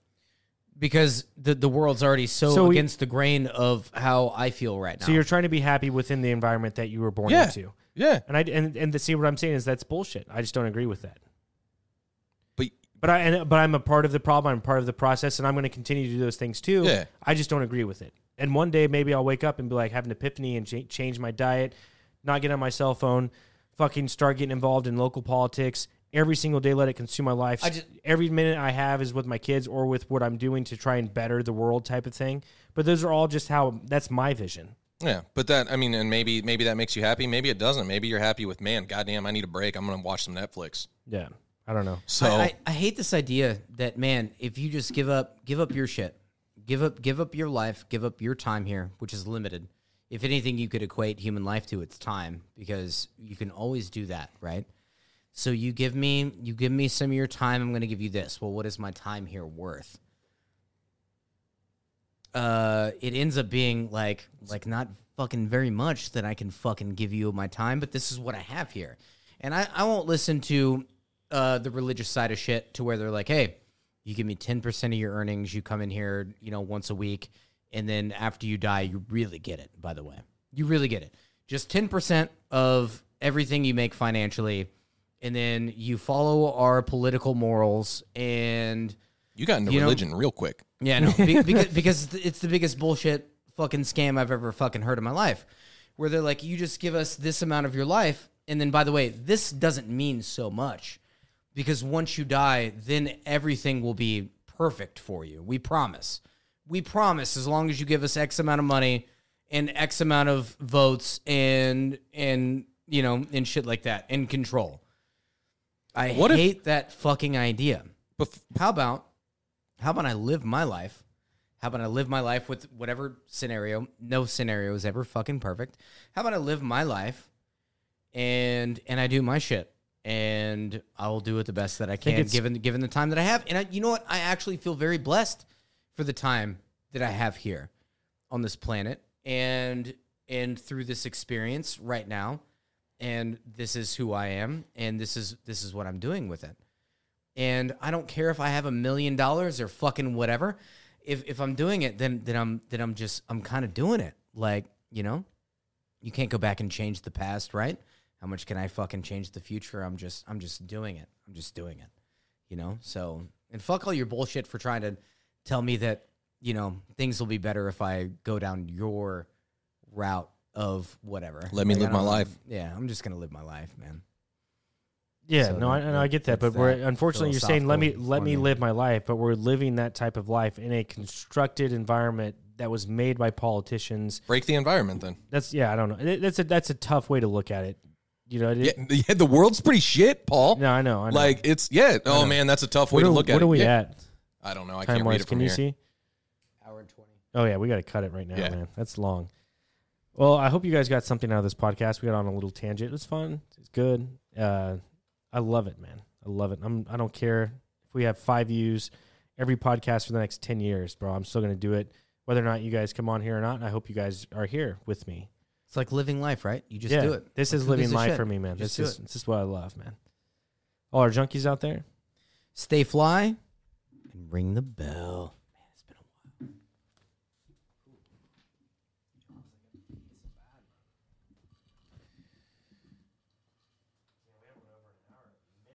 S2: because the the world's already so,
S1: So we-
S2: against the grain of how I feel right now.
S1: So you're trying to be happy within the environment that you were born
S3: Yeah.
S1: into.
S3: Yeah,
S1: And I and and to see what I'm saying is that's bullshit. I just don't agree with that.
S3: but
S1: But I and, but I'm a part of the problem. I'm part of the process, and I'm going to continue to do those things too.
S3: Yeah.
S1: I just don't agree with it. And one day maybe I'll wake up and be like have an epiphany and ch- change my diet, not get on my cell phone, fucking start getting involved in local politics every single day. Let it consume my life.
S2: I just-
S1: every minute I have is with my kids or with what I'm doing to try and better the world type of thing. But those are all just how that's my vision.
S3: Yeah, but that I mean, and maybe maybe that makes you happy. Maybe it doesn't. Maybe you're happy with man. Goddamn, I need a break. I'm gonna watch some Netflix.
S1: Yeah, I don't know.
S3: So
S2: I, I, I hate this idea that man, if you just give up, give up your shit, give up, give up your life, give up your time here, which is limited. If anything, you could equate human life to it's time because you can always do that, right? So you give me, you give me some of your time. I'm going to give you this. Well, what is my time here worth? Uh, it ends up being like, like not fucking very much that I can fucking give you my time, but this is what I have here, and I, I won't listen to uh, the religious side of shit to where they're like, hey, you give me 10% of your earnings, you come in here, you know, once a week, and then after you die, you really get it, by the way. You really get it. Just 10% of everything you make financially, and then you follow our political morals and
S3: you got into
S2: you know-
S3: religion real quick.
S2: yeah, no, be, because, because it's the biggest bullshit fucking scam I've ever fucking heard in my life. Where they're like, you just give us this amount of your life. And then, by the way, this doesn't mean so much because once you die, then everything will be perfect for you. We promise. We promise as long as you give us X amount of money and X amount of votes and, and, you know, and shit like that and control. I
S3: What if-
S2: hate that fucking idea
S3: Bef-
S2: how about how about I live my life? How about I live my life with whatever scenario? No scenario is ever fucking perfect. How about I live my life and and I do my shit and I will do it the best that I can
S1: it's-
S2: given given the time that I have. And I, you know what? I actually feel very blessed for the time that I have here on this planet and and through this experience right now and this is who I am and this is this is what I'm doing with it and I don't care if I have a million dollars or fucking whatever. If if I'm doing it, then then I'm then I'm just I'm kind of doing it. Like you know, you can't go back and change the past, right? how much can I fucking change the future? I'm just I'm just doing it. I'm just doing it. You know? So and fuck all your bullshit for trying to tell me that, you know, things will be better if I go down your route of whatever.
S3: Let me
S2: I
S3: live my
S2: don't-
S3: life.
S2: Yeah, I'm just gonna live my life, man.
S1: Yeah,
S2: So
S1: no, I,
S2: that-
S1: no, I get that,
S2: that's
S1: but we're
S2: that
S1: unfortunately you're saying let me
S2: philosophical
S1: let me
S2: formula.
S1: live my life, but we're living that type of life in a constructed environment that was made by politicians.
S3: Break the environment then.
S1: That's yeah, I don't know. It- That's a that's a tough way to look at it. You know, it,
S3: Yeah, yeah, the world's pretty shit, Paul.
S1: no, I know, I know.
S3: Like it's yeah. Oh man, that's a tough way
S1: what
S3: to
S1: are,
S3: look at
S1: what
S3: it.
S1: are we
S3: Yeah.
S1: at
S3: I don't know. I
S1: time
S3: can't read
S1: wise?
S3: it
S1: Can
S3: from
S1: you
S3: here.
S1: see?
S2: Hour and twenty.
S1: Oh yeah, we got to cut it right now,
S3: Yeah.
S1: man. That's long. Well, I hope you guys got something out of this podcast. We got on a little tangent. It was fun. It's good. Uh, I love it, man. I love it. I'm. I don't care if we have five views every podcast for the next ten years, bro. I'm still gonna do it, whether or not you guys come on here or not. And I hope you guys are here with me.
S2: It's like living life, right? You just
S1: yeah,
S2: do it.
S1: This
S2: Like,
S1: is
S2: who
S1: living
S2: gives a
S1: life
S2: shit?
S1: for me, man.
S2: Just
S1: this
S2: do
S1: is this is what I love, man. All our junkies out there.
S2: Stay fly and ring the bell.